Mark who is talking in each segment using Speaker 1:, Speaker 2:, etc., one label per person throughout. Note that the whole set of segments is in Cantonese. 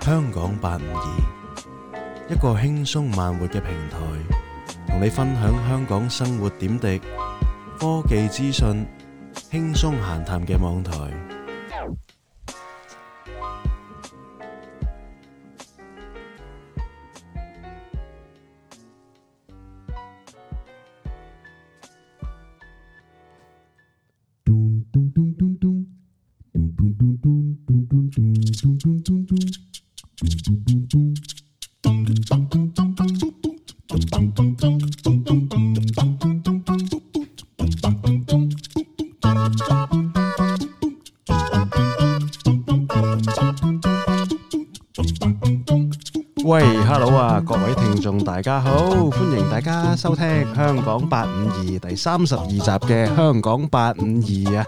Speaker 1: 香港八五二，一個輕鬆慢活嘅平台，同你分享香港生活點滴、科技資訊、輕鬆閒談嘅網台。
Speaker 2: 咚咚咚咚咚，咚咚咚咚咚咚咚咚咚咚咚，咚咚咚
Speaker 1: 喂，hello à, 啊，各位聽眾大家好，歡迎大家收聽香港八五二第三十二集嘅香港八五二啊！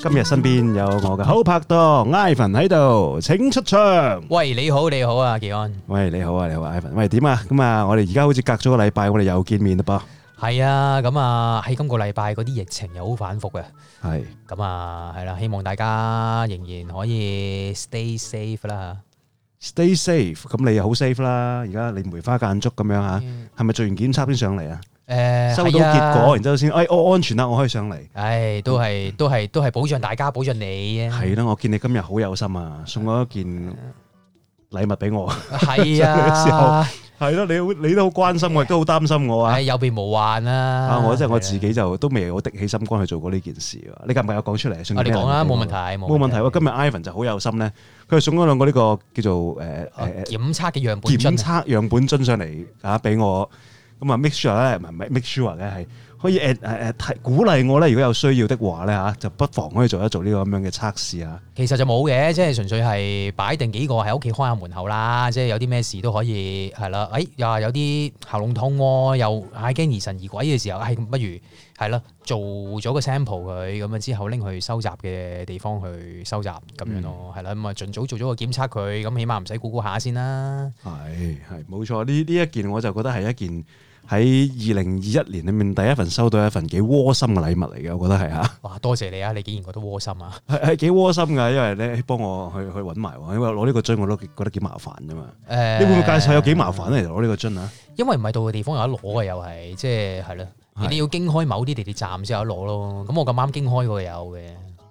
Speaker 1: 今日身邊有我嘅好拍檔 Ivan 喺度，請出場。
Speaker 3: 喂，你好，你好啊，技安。
Speaker 1: 喂，你好啊，你好啊，Ivan。喂，點啊？咁啊，我哋而家好似隔咗個禮拜，我哋又見面嘞噃。
Speaker 3: 係啊，咁啊喺今個禮拜嗰啲疫情又好反覆嘅，
Speaker 1: 係，
Speaker 3: 咁啊係啦，希望大家仍然可以 stay safe 啦
Speaker 1: Stay safe，咁你又好 safe 啦。而家你梅花間竹咁樣
Speaker 3: 嚇。
Speaker 1: 嚇，
Speaker 3: 誒、
Speaker 1: 係咪做完檢測先上嚟啊？收
Speaker 3: 收
Speaker 1: 到
Speaker 3: à.
Speaker 1: 結果，，然之後先，哎，我安全啦，我可以上嚟。
Speaker 3: 唉，都係都係都係保障大家，保障你啊。
Speaker 1: 係啦，我見你今日好有心啊，送咗一件禮物俾我。
Speaker 3: 係
Speaker 1: 上嘅時候
Speaker 3: 啊，
Speaker 1: 係咯，你好你都好關心我，亦都好擔心我啊
Speaker 3: 唉，。有備無患啊。
Speaker 1: 啊，我真係我
Speaker 3: 係啊
Speaker 1: 自己就都未有的起心肝去做過呢件事喎。你介唔介意我講出嚟？送
Speaker 3: 啊，
Speaker 1: 啲
Speaker 3: 你
Speaker 1: 咩
Speaker 3: 講啦，
Speaker 1: 禮物俾
Speaker 3: 冇
Speaker 1: 我
Speaker 3: 問題，
Speaker 1: 冇問題
Speaker 3: 我
Speaker 1: 喎。今日 Ivan 就好有心咧，佢送咗兩個呢個叫做誒誒
Speaker 3: 檢測嘅樣本
Speaker 1: 檢
Speaker 3: 樽啊
Speaker 1: 測樣本樽上嚟啊，俾我咁啊，make sure 咧，唔係唔係 make sure 咧，係可以誒誒誒提鼓勵我咧，如果有需要的話咧啊嚇，就不妨可以做一做呢個咁樣嘅測試啊。
Speaker 3: 其實就冇嘅，即係純粹係擺定幾個喺屋企開下門口啦，即係有啲咩事都可以係啦。誒、又話有啲喉嚨痛喎，又唉驚疑神疑鬼嘅時候，唉、咁不如係啦，做咗個 sample 佢，咁啊之後拎去收集嘅地方去收集咁樣
Speaker 1: 嗯
Speaker 3: 咯，係啦、咁啊盡早做咗個檢測佢，咁起碼唔使估估下先啦。
Speaker 1: 係係冇錯，呢呢一件我就覺得係一件喺二零二一年裏面第一份收到一份幾窩心嘅禮物嚟嘅，我覺得係嚇，
Speaker 3: 哇，多謝你啊！你竟然覺得窩心啊！
Speaker 1: 係係幾窩心㗎，因為咧幫我去去揾埋喎，因為攞呢個樽我都覺得幾麻煩啫嘛。
Speaker 3: 誒、
Speaker 1: 你會唔會介紹下有幾麻煩咧？其實攞呢個樽啊？
Speaker 3: 呃因為唔係到嘅地方有得攞嘅，又係即係係咯，
Speaker 1: 係
Speaker 3: 你要經開某啲地鐵站先有得攞咯。咁我咁啱經開過有嘅。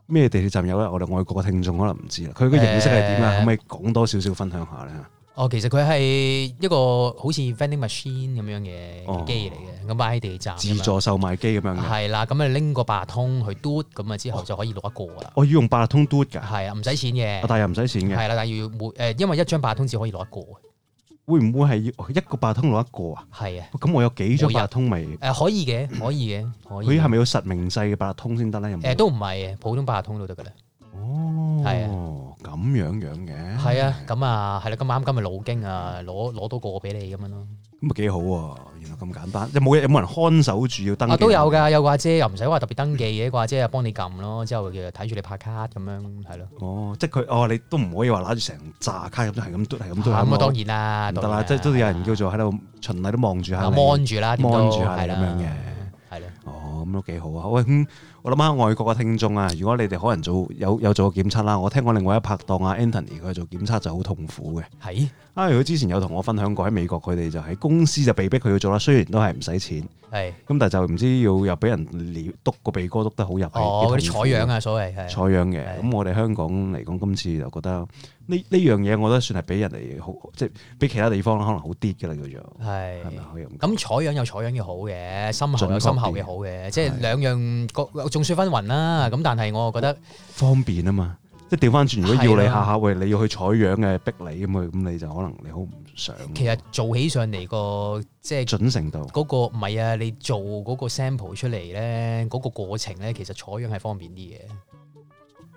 Speaker 1: 咩地鐵站有咧？啊我哋外國嘅聽眾可能唔知啦。佢嘅形式係點啊？
Speaker 3: 誒
Speaker 1: 可唔可以講多少少分享下咧？
Speaker 3: 哦，其實佢係一個好似 vending machine 咁樣
Speaker 1: 哦
Speaker 3: 嘅機嚟嘅，咁擺喺地鐵站
Speaker 1: 自
Speaker 3: 㗎嘛。
Speaker 1: 助售賣機咁樣哦嘅，
Speaker 3: 係啦，咁你拎個八達通去嘟，咁啊之後就可以攞一個㗎啦。
Speaker 1: 我要用八達通嘟㗎，啊
Speaker 3: 係啊，唔使錢嘅。
Speaker 1: 但係又唔使錢嘅。
Speaker 3: 係啦，但係要每誒，因為一張八達通只可以攞一個嘅。
Speaker 1: 會唔會係要一個八達通攞一個啊？
Speaker 3: 係啊，
Speaker 1: 咁我有幾張
Speaker 3: 每日
Speaker 1: 八達通咪？
Speaker 3: 誒可以嘅，可以嘅，可
Speaker 1: 嗯
Speaker 3: 以
Speaker 1: 佢係
Speaker 3: 嘅。
Speaker 1: 咪要實名制嘅八達通先得咧？有
Speaker 3: 誒
Speaker 1: 冇？
Speaker 3: 都唔係嘅，普通八達通都得㗎啦。
Speaker 1: 哦，
Speaker 3: 係啊
Speaker 1: 咁樣樣嘅，
Speaker 3: 係啊，咁啊係啦，咁啱今日老經啊，攞攞到個俾你咁樣咯。
Speaker 1: 咁啊幾好喎！原來咁簡單，有冇有冇人看守住要登記？
Speaker 3: 啊都有㗎，有個阿姐又唔使話特別登記嘅，個阿姐又幫你撳咯，之後就睇住你拍卡咁樣係咯。
Speaker 1: 哦，即係佢哦，你都唔可以話攞住成扎卡咁，係咁嘟，係咁嘟，
Speaker 3: 啊咁
Speaker 1: 咁
Speaker 3: 啊，
Speaker 1: 啊
Speaker 3: 當然啦，
Speaker 1: 唔得
Speaker 3: 當然
Speaker 1: 啦，即係都有人叫做喺度循例都望住下
Speaker 3: 啊
Speaker 1: 你
Speaker 3: mon 住啦，點都
Speaker 1: mon 住下
Speaker 3: 係
Speaker 1: 你
Speaker 3: 啦
Speaker 1: 咁樣嘅。
Speaker 3: 係啦，
Speaker 1: 哦，咁都幾好啊！喂，咁我諗下外國嘅聽眾啊，如果你哋可能做有有做過檢測啦，我聽我另外一拍檔啊 Anthony 佢做檢測就好痛苦嘅。
Speaker 3: 係
Speaker 1: 啊，佢之前有同我分享過喺美國，佢哋就喺公司就被逼佢要做啦，雖然都係唔使錢，咁
Speaker 3: 係
Speaker 1: 但係就唔知要又俾人撩篤個鼻哥篤得好入。
Speaker 3: 哦，嗰啲採樣
Speaker 1: 啊，
Speaker 3: 啊，所謂係
Speaker 1: 採樣嘅。
Speaker 3: 係
Speaker 1: 咁我哋香港嚟講，今次就覺得呢呢樣嘢，我覺得算係俾人哋好，即係俾其他地方可能好啲嘅啦叫做，係咪啊
Speaker 3: 係。
Speaker 1: 可以咁講？
Speaker 3: 咁採樣有採樣嘅好嘅，深喉有深喉嘅好嘅，即
Speaker 1: 係
Speaker 3: 係兩樣各眾說紛紜啦。咁但係我覺
Speaker 1: 嗯
Speaker 3: 得
Speaker 1: 方便啊嘛。即係調翻轉，如果要你
Speaker 3: 係
Speaker 1: 下
Speaker 3: 啊
Speaker 1: 下喂你要去採樣嘅逼你咁啊，咁你就可能你好唔想。
Speaker 3: 其實做起上嚟個即係
Speaker 1: 準程度
Speaker 3: 嗰個唔係啊，你做嗰個 sample 出嚟咧，嗰個過程咧，其實採樣係方便啲嘅。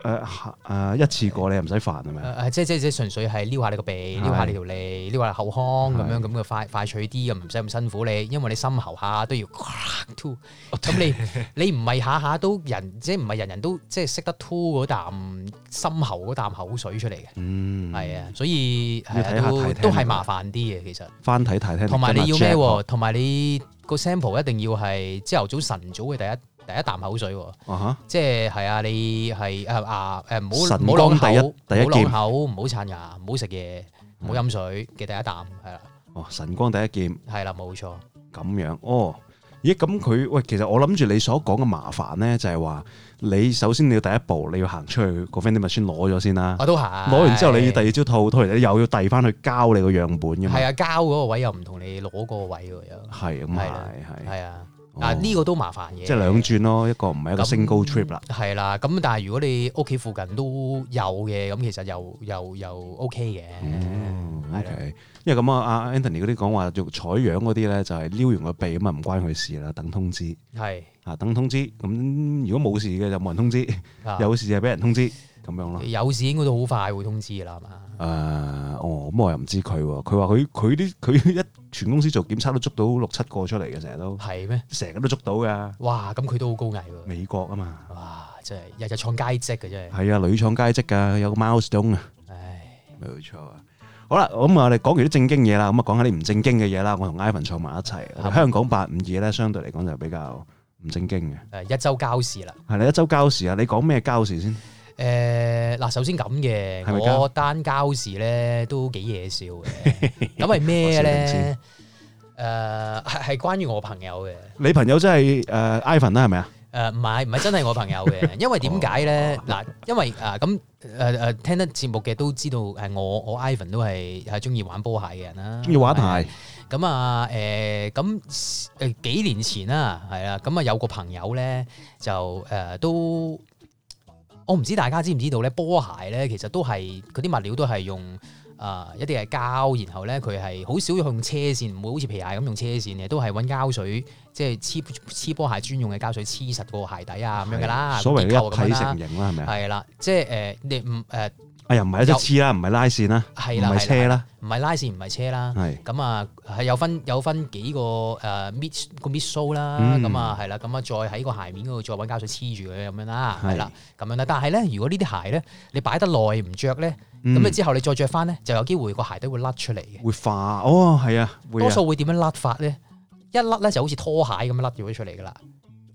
Speaker 1: 誒下誒一次過你又唔使煩係咪？
Speaker 3: 誒誒，呃即即即純粹係撩下你個鼻，撩下你條脷，撩下口腔咁
Speaker 1: 係
Speaker 3: 樣咁嘅快快脆啲，咁唔使咁辛苦你，因為你深喉下都要 to，咁
Speaker 1: 哦
Speaker 3: 你你唔係下下都人，即係唔係人人都即係識得 to 嗰啖深喉嗰啖口水出嚟嘅，
Speaker 1: 嗯，
Speaker 3: 係啊，所以
Speaker 1: 要
Speaker 3: 係
Speaker 1: 睇下
Speaker 3: 啊
Speaker 1: 睇
Speaker 3: 都
Speaker 1: 聽
Speaker 3: 都係麻煩啲嘅其實，
Speaker 1: 翻睇睇聽。
Speaker 3: 同埋你要
Speaker 1: 喎？
Speaker 3: 咩喎？同埋你個 sample 一定要係朝頭早晨早嘅第一第一啖口水喎。
Speaker 1: 啊哈
Speaker 3: 即係係啊，你係啊啊誒，唔好
Speaker 1: 晨
Speaker 3: 唔好
Speaker 1: 光
Speaker 3: 啷
Speaker 1: 第一
Speaker 3: 口，
Speaker 1: 第一
Speaker 3: 唔好
Speaker 1: 劍嗯
Speaker 3: 啷口，唔好刷牙，唔好食嘢，唔好飲水嘅第一啖，係啦，
Speaker 1: 哦，神光第一劍
Speaker 3: 係啦，冇錯，
Speaker 1: 咁樣，哦，咦，咁佢喂，其實我諗住你所講嘅麻煩咧，就係話你首先你要第一步，你要行出去個 vending machine 攞咗先啦，
Speaker 3: 我都係。
Speaker 1: 攞完之後你要第二朝套套嚟，你又要遞翻去交你個樣本噶嘛
Speaker 3: 係，啊，交嗰個位又唔同你攞嗰個位喎，又
Speaker 1: 係咁
Speaker 3: 係
Speaker 1: 係
Speaker 3: 啦
Speaker 1: 係，
Speaker 3: 係啊，
Speaker 1: 哦
Speaker 3: 啊呢個都麻煩嘅，
Speaker 1: 即係兩轉咯，一個唔係一個
Speaker 3: 咁
Speaker 1: single trip 啦，
Speaker 3: 係啦，咁但係如果你屋企附近都有嘅，咁其實又又又 OK 嘅。
Speaker 1: 哦
Speaker 3: 嗯係啦啊
Speaker 1: ，OK，因為咁啊，阿 Anthony 嗰啲講話用採樣嗰啲咧，就係撩完個鼻咁啊，唔關佢事啦，等通知
Speaker 3: 係
Speaker 1: 啊，等通知，咁如果冇事嘅就冇人通知，
Speaker 3: 啊
Speaker 1: 有事就俾人通知咁樣咯。
Speaker 3: 有事應該都好快會通知㗎啦，係嘛？
Speaker 1: 誒、哦，咁我又唔知佢喎。佢話佢佢啲佢一全公司做檢測都捉到六七個出嚟嘅，成日都
Speaker 3: 係咩？
Speaker 1: 成日都捉到噶。
Speaker 3: 哇！咁佢都好高危喎。
Speaker 1: 美國啊嘛，
Speaker 3: 哇！真係日日創佳績嘅真係，
Speaker 1: 係啊，屢創佳績㗎，有個 milestone 啊，
Speaker 3: 唉，
Speaker 1: 冇錯啊。好啦，咁我哋講完啲正經嘢啦，咁啊講下啲唔正經嘅嘢啦。我同 Ivan 坐埋一齊，我哋香港八五二咧，相對嚟講就比較唔正經嘅。
Speaker 3: 誒一周交事啦。
Speaker 1: 係你一周交時啊，你講咩交時先？
Speaker 3: 誒嗱，首先咁
Speaker 1: 係咪
Speaker 3: 嘅，
Speaker 1: 㗎
Speaker 3: 我單交事咧都幾嘢笑嘅。 咁係咩
Speaker 1: 我笑
Speaker 3: 咧？誒係係關於我朋友嘅。
Speaker 1: 你朋友真係誒、Ivan 啦，係咪啊？
Speaker 3: 誒唔係唔係真係我朋友 嘅，因為點解
Speaker 1: 哦
Speaker 3: 咧？嗱，因為啊咁誒誒聽得節目嘅都知道誒，我我 Ivan 都係係中意玩波鞋嘅人啦，
Speaker 1: 中意玩鞋，
Speaker 3: 咁啊誒咁誒幾年前啦，係啦，咁啊有個朋友咧就誒、呃都，哦我唔知大家知唔知道咧，波鞋咧其實都係佢啲物料都係用。啊、一啲係膠，然後咧佢係好少用車線，唔會好似皮鞋咁用車線嘅，都係揾膠水，即係黐黐波鞋專用嘅膠水黐實個鞋底啊咁樣噶啦，
Speaker 1: 所謂
Speaker 3: 結構咁
Speaker 1: 嘅一體
Speaker 3: 樣啦
Speaker 1: 成型啦，係咪啊？
Speaker 3: 係啦，即係誒、呃你唔誒
Speaker 1: 啊，又唔係一隻黐啦，唔係拉線啦，
Speaker 3: 係
Speaker 1: 唔
Speaker 3: 啦，
Speaker 1: 係
Speaker 3: 係
Speaker 1: 車
Speaker 3: 啦，
Speaker 1: 啦，
Speaker 3: 唔係拉線，唔係車啦。
Speaker 1: 係。
Speaker 3: 咁啊，係有分有分幾個誒 mid 個 mid show 啦，
Speaker 1: 嗯
Speaker 3: 咁啊係啦，咁啊再喺個鞋面嗰度再揾膠水黐住佢咁樣啦，
Speaker 1: 係
Speaker 3: 係啦，咁樣啦。但係咧，如果呢啲鞋咧，你擺得耐唔着咧，咁、
Speaker 1: 嗯
Speaker 3: 你之後你再着翻咧，就有機會個鞋底會甩出嚟嘅。
Speaker 1: 會化哦，係啊，會
Speaker 3: 多
Speaker 1: 啊，
Speaker 3: 數會點樣甩法咧？一甩咧就好似拖鞋咁樣甩咗出嚟噶啦，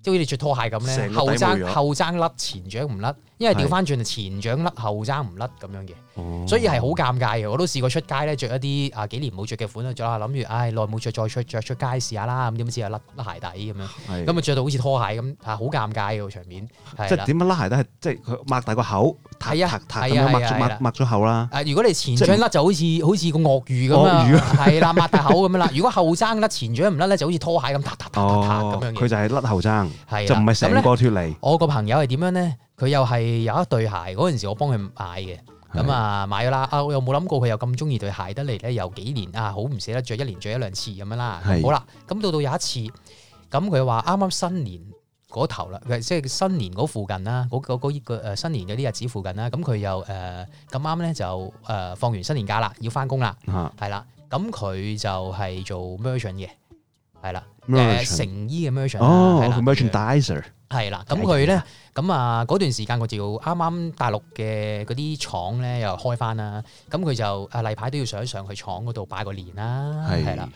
Speaker 3: 即係好似你着拖鞋咁咧，
Speaker 1: 成個底
Speaker 3: 後
Speaker 1: 冇
Speaker 3: 踭
Speaker 1: 咗
Speaker 3: 後踭甩前掌唔甩，因為
Speaker 1: 係
Speaker 3: 調翻轉就前掌甩後踭唔甩咁樣嘅。
Speaker 1: 哦
Speaker 3: 所以係好尷尬嘅。我都試過出街咧，着一啲啊幾年冇着嘅款啦，着下諗住，唉耐冇着再出着出街試下啦，咁點知又啊甩甩鞋底咁樣，
Speaker 1: 係
Speaker 3: 咁啊着到好似拖鞋咁啊，好尷尬嘅個場面，
Speaker 1: 即
Speaker 3: 係
Speaker 1: 係
Speaker 3: 啦。
Speaker 1: 點樣拉鞋都係即係佢擘大個口，塌
Speaker 3: 係啊
Speaker 1: 塌塌咁
Speaker 3: 係啊
Speaker 1: 樣擘咗
Speaker 3: 係啊係
Speaker 1: 擘
Speaker 3: 啊
Speaker 1: 擘咗口啦，
Speaker 3: 啊！如果你前掌甩就好似好似個鱷魚
Speaker 1: 鱷
Speaker 3: 咁
Speaker 1: 魚
Speaker 3: 啊，係啦，擘大口咁樣啦。如果後踭甩前掌唔甩咧，就好似拖鞋咁，嗒嗒嗒嗒嗒
Speaker 1: 哦
Speaker 3: 咁樣，
Speaker 1: 佢
Speaker 3: 嘅。
Speaker 1: 就係甩後踭，
Speaker 3: 係
Speaker 1: 哦就
Speaker 3: 啦
Speaker 1: 唔係成
Speaker 3: 咁咧
Speaker 1: 個脱離，
Speaker 3: 我個朋友係點樣咧？佢又係有一對鞋嗰陣時，我幫佢買嘅。
Speaker 1: 係
Speaker 3: 咁啊買咗啦，啊我又冇諗過佢又咁中意對鞋得嚟咧，有幾年啊好唔捨得着，一年着一兩次咁樣啦。
Speaker 1: 係
Speaker 3: 咁好啦，咁到到有一次，咁佢話啱啱新年嗰頭啦，佢即係新年嗰附近啦，嗰嗰嗰個誒新年嗰啲日子附近啦，咁佢又誒呃咁啱咧就誒、呃放完新年假啦，要翻工啦，
Speaker 1: 嚇
Speaker 3: 係啦，咁佢就係做 merchant 嘅，係啦，誒、
Speaker 1: merchant
Speaker 3: 成衣嘅 merchant 啦
Speaker 1: 哦，
Speaker 3: 係啦
Speaker 1: 佢 merchandiser
Speaker 3: 係啦，咁佢咧，咁啊嗰段時間我就啱啱大陸嘅嗰啲廠咧又開翻啦，咁佢就啊例牌都要上一上去廠嗰度拜個年啦，係啦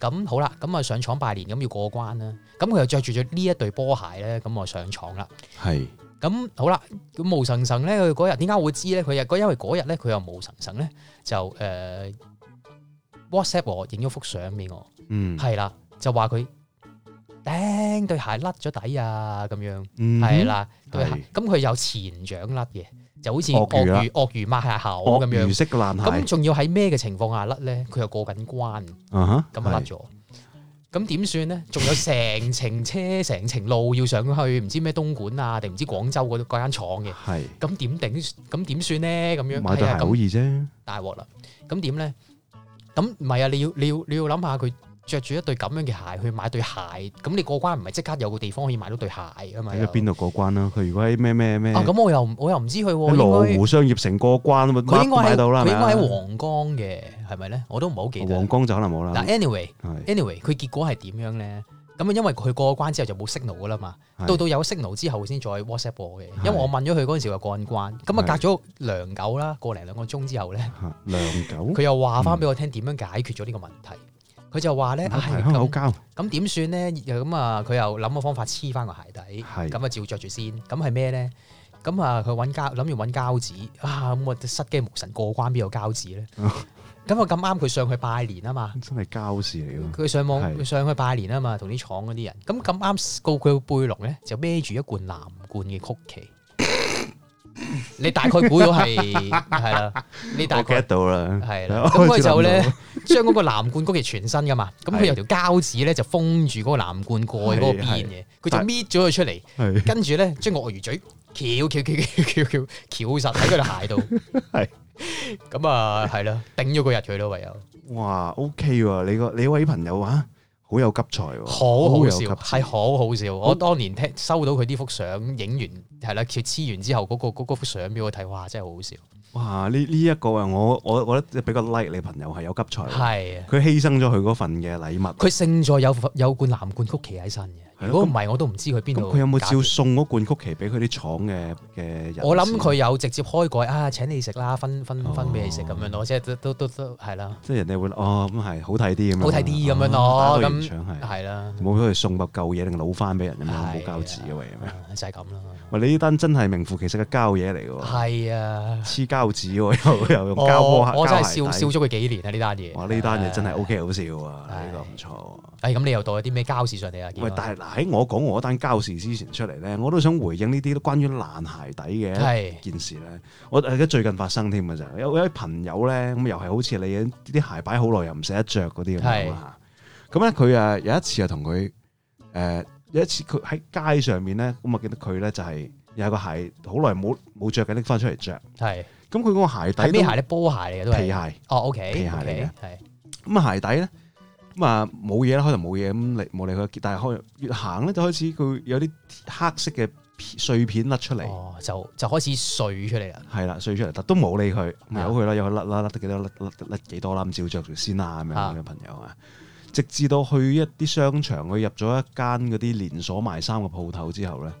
Speaker 1: 係，
Speaker 3: 咁好啦，咁啊上廠拜年咁要過關啦，咁佢又着住咗呢一對波鞋咧，咁我上廠啦，
Speaker 1: 係
Speaker 3: 咁好啦，咁毛神神咧，佢嗰日點解我會知咧？佢又因為嗰日咧佢又毛神神咧就誒、呃 WhatsApp 我影咗幅相俾我，
Speaker 1: 嗯
Speaker 3: 係啦，就話佢頂對鞋甩咗底啊咁樣。
Speaker 1: 嗯
Speaker 3: 係啦，對
Speaker 1: 係
Speaker 3: 鞋咁佢有前掌甩嘅，就好似
Speaker 1: 鱷
Speaker 3: 鱷
Speaker 1: 魚啦
Speaker 3: 魚鱷魚抹下口
Speaker 1: 鱷
Speaker 3: 咁
Speaker 1: 魚
Speaker 3: 樣。
Speaker 1: 式嘅爛
Speaker 3: 咁
Speaker 1: 鞋
Speaker 3: 仲要喺咩嘅情況下甩咧？佢又過緊關，
Speaker 1: 啊哈
Speaker 3: 咁甩
Speaker 1: 係
Speaker 3: 咗。咁點算咧？仲有成程車、成程路要上去，唔知咩東莞啊，定唔知廣州嗰嗰間廠嘅。
Speaker 1: 係
Speaker 3: 咁點頂？咁點算咧？咁樣
Speaker 1: 買對
Speaker 3: 係
Speaker 1: 鞋
Speaker 3: 啊，
Speaker 1: 好
Speaker 3: 咁
Speaker 1: 易啫，
Speaker 3: 大鑊啦！咁點咧？咁唔係啊！你要你要你要諗下佢着住一對咁樣嘅鞋去買對鞋，咁你過關唔係即刻有個地方可以買到對鞋㗎嘛？
Speaker 1: 睇
Speaker 3: 又
Speaker 1: 佢邊度過關啦。佢如果喺咩咩咩
Speaker 3: 啊，咁我又唔我又唔知佢
Speaker 1: 喺
Speaker 3: 喎，
Speaker 1: 羅
Speaker 3: 應
Speaker 1: 湖商業城過關咁
Speaker 3: 該佢應該
Speaker 1: 買
Speaker 3: 喺
Speaker 1: 到啦，
Speaker 3: 佢
Speaker 1: 係
Speaker 3: 應該喺
Speaker 1: 咪
Speaker 3: 皇崗嘅，係咪咧？我都唔係好記
Speaker 1: 啊？
Speaker 3: 得。
Speaker 1: 皇崗就可能冇啦
Speaker 3: 嗱。anyway
Speaker 1: 係
Speaker 3: anyway，佢結果係點樣咧？咁啊，因為佢過咗關之後就冇 signal 噶啦嘛，
Speaker 1: 係
Speaker 3: 到到有 signal 之後先再 WhatsApp 我嘅，
Speaker 1: 係
Speaker 3: 因為我問咗佢嗰陣時話過緊關，咁啊
Speaker 1: 係
Speaker 3: 隔咗良久啦，個零兩個鐘之後咧，
Speaker 1: 嚇良久，
Speaker 3: 佢又話翻俾我聽點樣解決咗呢個問題。佢就話咧，
Speaker 1: 唔好提
Speaker 3: 唉
Speaker 1: 香口
Speaker 3: 咁
Speaker 1: 膠。
Speaker 3: 咁點算咧？又咁啊，佢又諗個方法黐翻個鞋底，
Speaker 1: 係
Speaker 3: 咁啊照着住先。咁係咩咧？
Speaker 1: 哦
Speaker 3: 咁啊，佢揾膠諗住揾膠紙啊，咁我塞機無神過關邊有膠紙咧？咁我咁啱佢上去拜年啊嘛，
Speaker 1: 真係交事嚟咯。
Speaker 3: 佢上網
Speaker 1: 係
Speaker 3: 佢上去拜年啊嘛，同啲廠嗰啲人，咁咁啱告佢背囊咧就孭住一罐藍罐嘅曲 奇，你大概估到係係啦，你大
Speaker 1: 我 get
Speaker 3: 概。
Speaker 1: 到啦，
Speaker 3: 係
Speaker 1: 係
Speaker 3: 啦，
Speaker 1: 我開
Speaker 3: 咁佢
Speaker 1: 始諗
Speaker 3: 就咧
Speaker 1: 到
Speaker 3: 將嗰個藍罐曲奇全身噶嘛，咁佢
Speaker 1: 係
Speaker 3: 有條膠紙咧就封住嗰個藍罐蓋嗰個邊嘅，佢就
Speaker 1: 但
Speaker 3: 搣咗佢出嚟，
Speaker 1: 係
Speaker 3: 跟住咧將個鱷魚嘴翹翹翹翹翹翹翹實喺佢條鞋度，
Speaker 1: 係
Speaker 3: 咁啊係啦，頂咗個日佢咯唯有，
Speaker 1: 哇，OK 喎，你個你位朋友啊，好有急才喎，
Speaker 3: 好好
Speaker 1: 哦有
Speaker 3: 笑，
Speaker 1: 急才
Speaker 3: 係好好笑。我當年聽收到佢呢幅相影完係啦，佢黐完之後嗰個嗰嗰幅相俾我睇，哇真係好好笑，
Speaker 1: 哇！呢呢一個啊，我我我覺得俾個 like 你朋友係有急才喎，
Speaker 3: 係啊。
Speaker 1: 佢犧牲咗佢嗰份嘅禮物。
Speaker 3: 佢勝在有有罐藍罐曲奇喺身嘅，
Speaker 1: 係咯
Speaker 3: 如果唔係我都唔知佢邊
Speaker 1: 咁
Speaker 3: 度。
Speaker 1: 佢有冇照送嗰罐曲奇俾佢啲廠嘅嘅人士？
Speaker 3: 我諗佢有直接開蓋啊，請你食啦，分分
Speaker 1: 哦
Speaker 3: 分俾你食咁樣咯，即係都都都都係啦，
Speaker 1: 即係人哋會哦咁係好睇啲咁樣，
Speaker 3: 好睇啲咁樣
Speaker 1: 哦
Speaker 3: 咯，
Speaker 1: 打個圓
Speaker 3: 咁
Speaker 1: 場係
Speaker 3: 係啦，
Speaker 1: 冇俾佢送嚿舊嘢定攞翻俾人咁樣，
Speaker 3: 係啊
Speaker 1: 冇膠紙嘅喂咁樣。
Speaker 3: 啊就係咁啦，
Speaker 1: 喂，你呢單真係名副其實嘅膠嘢嚟嘅喎，
Speaker 3: 係啊，
Speaker 1: 黐膠紙喎，又又用膠波
Speaker 3: 我
Speaker 1: 膠
Speaker 3: 我真係
Speaker 1: 鞋
Speaker 3: 笑
Speaker 1: 底
Speaker 3: 笑咗佢幾年啊呢單嘢，
Speaker 1: 哇！呢單嘢真係
Speaker 3: 唉
Speaker 1: OK 好笑啊，
Speaker 3: 係
Speaker 1: 呢個唔錯。
Speaker 3: 唉咁你又到有啲咩交事上嚟啊？
Speaker 1: 喂，但係嗱喺我講我嗰單交事之前出嚟咧，我都想回應呢啲關於爛鞋底嘅
Speaker 3: 係
Speaker 1: 件事咧。我呃而家最近發生添嘅咋，有有啲朋友咧咁又係好似你啲鞋擺好耐又唔捨得着嗰啲咁樣啦嚇。咁咧佢啊有一次啊同佢誒有一次佢喺街上面咧，咁我見到佢咧就係有個鞋好耐冇冇著嘅拎翻出嚟着。
Speaker 3: 係
Speaker 1: 咁佢嗰個鞋底
Speaker 3: 係咩
Speaker 1: 都
Speaker 3: 鞋咧？波鞋嚟嘅都係
Speaker 1: 皮鞋。
Speaker 3: 哦，OK，
Speaker 1: 皮鞋嚟嘅
Speaker 3: OK，係
Speaker 1: 咁啊鞋底咧，咁啊冇嘢啦，開頭冇嘢，咁嚟冇理佢，但係開越行咧就開始佢有啲黑色嘅片碎片甩出嚟，
Speaker 3: 哦就就開始碎出嚟啦，
Speaker 1: 係啦、碎出嚟，但都冇理佢，咁
Speaker 3: 啊
Speaker 1: 由佢啦，由佢甩啦，甩得幾多甩甩甩幾多啦，咁照着住先啦，咁樣
Speaker 3: 啊
Speaker 1: 嘅朋友啊，直至到去一啲商場，佢入咗一間嗰啲連鎖賣衫嘅鋪頭之後咧，